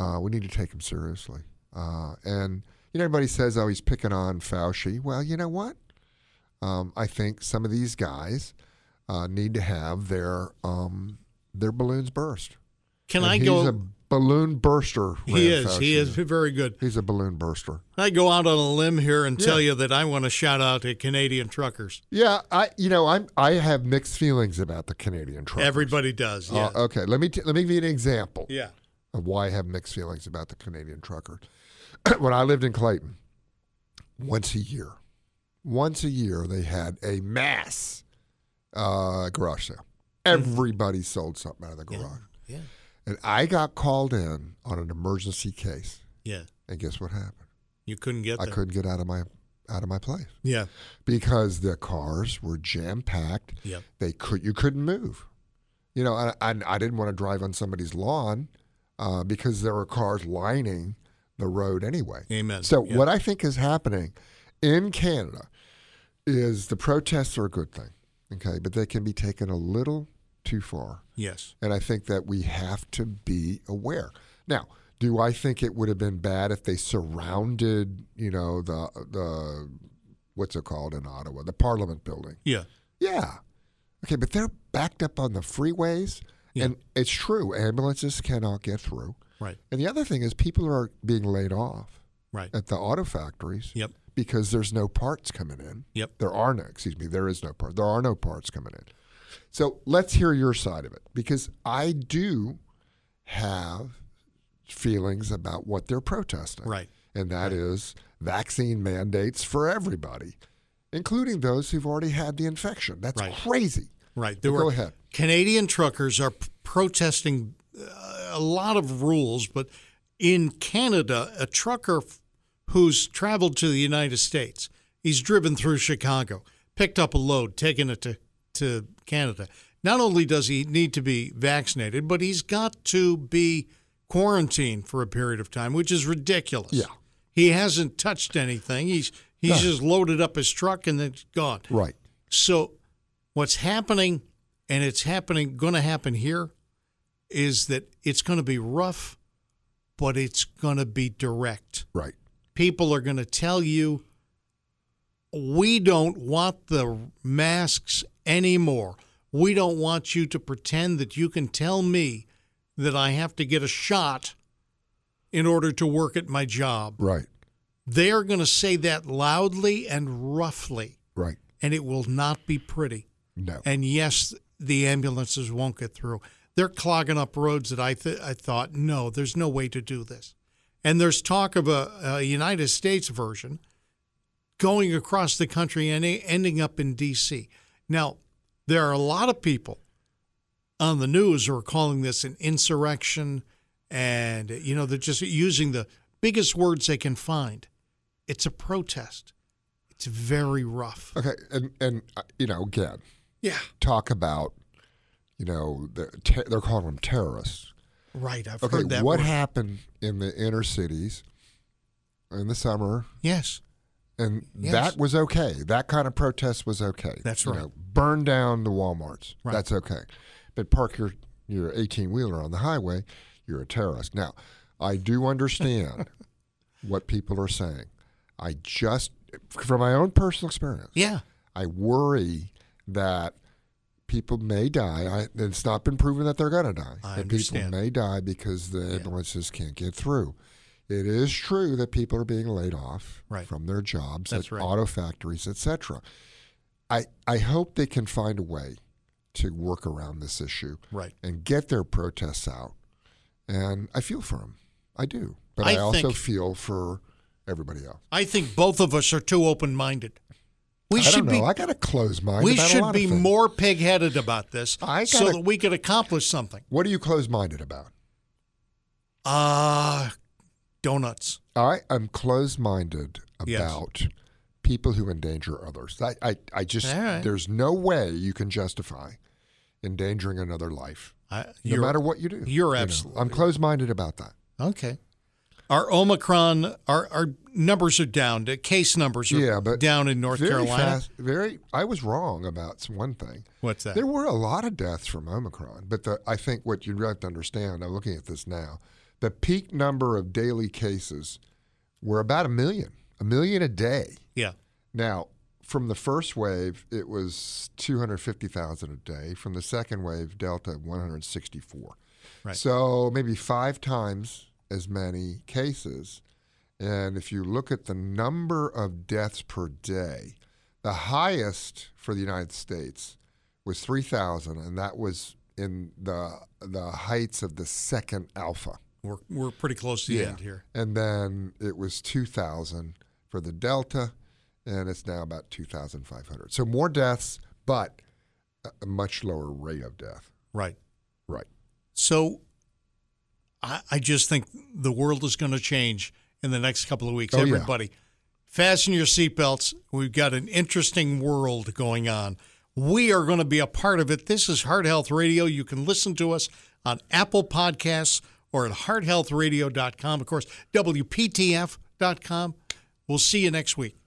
Speaker 4: uh, we need to take him seriously. Uh, and you know, everybody says, "Oh, he's picking on Fauci." Well, you know what? Um, I think some of these guys uh, need to have their um, their balloons burst.
Speaker 3: Can
Speaker 4: And
Speaker 3: I
Speaker 4: he's
Speaker 3: go?
Speaker 4: a balloon burster.
Speaker 3: he
Speaker 4: Rand
Speaker 3: is. He
Speaker 4: Fauci
Speaker 3: is very good.
Speaker 4: He's a balloon burster.
Speaker 3: I go out on a limb here and tell
Speaker 4: Yeah.
Speaker 3: you that I want to shout out to Canadian truckers.
Speaker 4: Yeah, I you know I'm I have mixed feelings about the Canadian truck.
Speaker 3: Everybody
Speaker 4: Uh,
Speaker 3: does. Yeah.
Speaker 4: okay, let me t- let me give you an example.
Speaker 3: yeah.
Speaker 4: of why I have mixed feelings about the Canadian trucker. when I lived in Clayton, once a year, once a year they had a mass uh, garage sale. Everybody sold something out of the garage,
Speaker 3: Hmm. Yeah.
Speaker 4: and I got called in on an emergency case.
Speaker 3: Yeah.
Speaker 4: And guess what happened?
Speaker 3: You couldn't get
Speaker 4: I
Speaker 3: there.
Speaker 4: couldn't get out of my out of my place
Speaker 3: Yeah.
Speaker 4: because the cars were jam packed.
Speaker 3: Yep.
Speaker 4: They could you couldn't move. You know, I, I, I didn't want to drive on somebody's lawn uh, because there were cars lining the road anyway.
Speaker 3: Amen.
Speaker 4: So
Speaker 3: Yeah.
Speaker 4: what I think is happening in Canada is the protests are a good thing, okay, but they can be taken a little too far.
Speaker 3: Yes.
Speaker 4: And I think that we have to be aware. Now, do I think it would have been bad if they surrounded, you know, the the what's it called in Ottawa, the Parliament building?
Speaker 3: Yeah.
Speaker 4: Yeah. Okay, but they're backed up on the freeways,
Speaker 3: Yeah.
Speaker 4: and it's true ambulances cannot get through.
Speaker 3: Right.
Speaker 4: And the other thing is people are being laid off
Speaker 3: Right.
Speaker 4: at the auto factories
Speaker 3: Yep.
Speaker 4: because there's no parts coming in.
Speaker 3: Yep.
Speaker 4: There are no, excuse me, there is no part. There are no parts coming in. So let's hear your side of it because I do have feelings about what they're protesting.
Speaker 3: Right.
Speaker 4: And that is vaccine mandates for everybody, including those who've already had the infection. That's
Speaker 3: Right.
Speaker 4: crazy.
Speaker 3: Right.
Speaker 4: Go ahead.
Speaker 3: Canadian truckers are p- protesting uh, a lot of rules, but in Canada, a trucker f- who's traveled to the United States, he's driven through Chicago, picked up a load, taken it to, to Canada. Not only does he need to be vaccinated, but he's got to be quarantined for a period of time, which is ridiculous.
Speaker 4: Yeah.
Speaker 3: He hasn't touched anything. He's he's just loaded up his truck and it's gone.
Speaker 4: Right.
Speaker 3: So, what's happening, and it's happening, going to happen here, is that it's going to be rough, but it's going to be direct.
Speaker 4: Right.
Speaker 3: People are going to tell you, we don't want the masks anymore. We don't want you to pretend that you can tell me that I have to get a shot in order to work at my job.
Speaker 4: Right.
Speaker 3: They are going to say that loudly and roughly,
Speaker 4: Right.
Speaker 3: and it will not be pretty.
Speaker 4: No.
Speaker 3: And yes, the ambulances won't get through. They're clogging up roads that I th- I thought no, there's no way to do this. And there's talk of a, a United States version going across the country and e- ending up in D.C. Now, there are a lot of people on the news who are calling this an insurrection and you know they're just using the biggest words they can find. It's a protest. It's very rough.
Speaker 4: Okay, and and uh, you know, again,
Speaker 3: Yeah,
Speaker 4: talk about you know they're, te- they're calling them terrorists.
Speaker 3: right. I've
Speaker 4: Okay,
Speaker 3: heard that.
Speaker 4: what
Speaker 3: word.
Speaker 4: happened in the inner cities in the summer?
Speaker 3: Yes,
Speaker 4: And
Speaker 3: Yes.
Speaker 4: that was okay. That kind of protest was okay.
Speaker 3: That's
Speaker 4: You
Speaker 3: right.
Speaker 4: know, burn down the WalMarts.
Speaker 3: Right.
Speaker 4: That's okay. But park your your eighteen wheeler on the highway. You're a terrorist. Now, I do understand what people are saying. I just, from my own personal experience,
Speaker 3: yeah,
Speaker 4: I worry that people may die. I, it's not been proven that they're going to die.
Speaker 3: I
Speaker 4: that
Speaker 3: understand.
Speaker 4: people may die because the ambulances can't get through. It is true that people are being laid off
Speaker 3: Right.
Speaker 4: from their jobs
Speaker 3: That's
Speaker 4: at
Speaker 3: right.
Speaker 4: auto factories, etc. I I hope they can find a way to work around this issue
Speaker 3: right.
Speaker 4: and get their protests out. And I feel for them. I do. But
Speaker 3: I
Speaker 4: I, also
Speaker 3: think-
Speaker 4: feel for everybody else.
Speaker 3: I think both of us are too open-minded. We
Speaker 4: I
Speaker 3: should
Speaker 4: don't know.
Speaker 3: be.
Speaker 4: I got to close mind.
Speaker 3: we
Speaker 4: about a
Speaker 3: should
Speaker 4: lot of
Speaker 3: be
Speaker 4: things.
Speaker 3: more pig-headed about this,
Speaker 4: I
Speaker 3: so
Speaker 4: gotta-
Speaker 3: that we could accomplish something.
Speaker 4: What are you closed minded about?
Speaker 3: Ah, donuts.
Speaker 4: I am closed minded
Speaker 3: Yes.
Speaker 4: about people who endanger others. I, I, I just,
Speaker 3: All right.
Speaker 4: there's no way you can justify endangering another life,
Speaker 3: I,
Speaker 4: no
Speaker 3: you're-
Speaker 4: matter what you do.
Speaker 3: you're
Speaker 4: you know.
Speaker 3: absolutely
Speaker 4: I'm
Speaker 3: right.
Speaker 4: closed minded about that.
Speaker 3: Okay. Our Omicron, our, our numbers are down. The case numbers are
Speaker 4: yeah, but
Speaker 3: down in North
Speaker 4: very
Speaker 3: Carolina.
Speaker 4: fast- very, I was wrong about one thing.
Speaker 3: What's that?
Speaker 4: There were a lot of deaths from Omicron, but the, I think what you have to understand, I'm looking at this now, the peak number of daily cases were about a million, a million a day.
Speaker 3: yeah.
Speaker 4: Now, from the first wave, it was 250,000 a day. From the second wave, Delta 164.
Speaker 3: Right.
Speaker 4: So maybe five times as many cases. And if you look at the number of deaths per day, the highest for the United States was 3,000, and that was in the the heights of the second alpha.
Speaker 3: We're, we're pretty close to the end here.
Speaker 4: And then it was 2,000 for the Delta, and it's now about 2,500. So more deaths, but a- a much lower rate of death.
Speaker 3: Right.
Speaker 4: Right.
Speaker 3: So I, I just think the world is going to change in the next couple of weeks.
Speaker 4: Oh, yeah.
Speaker 3: Everybody, fasten your seatbelts. We've got an interesting world going on. We are going to be a part of it. This is Heart Health Radio. You can listen to us on Apple Podcasts or at hearthealthradio.com. Of course, WPTF.com. We'll see you next week.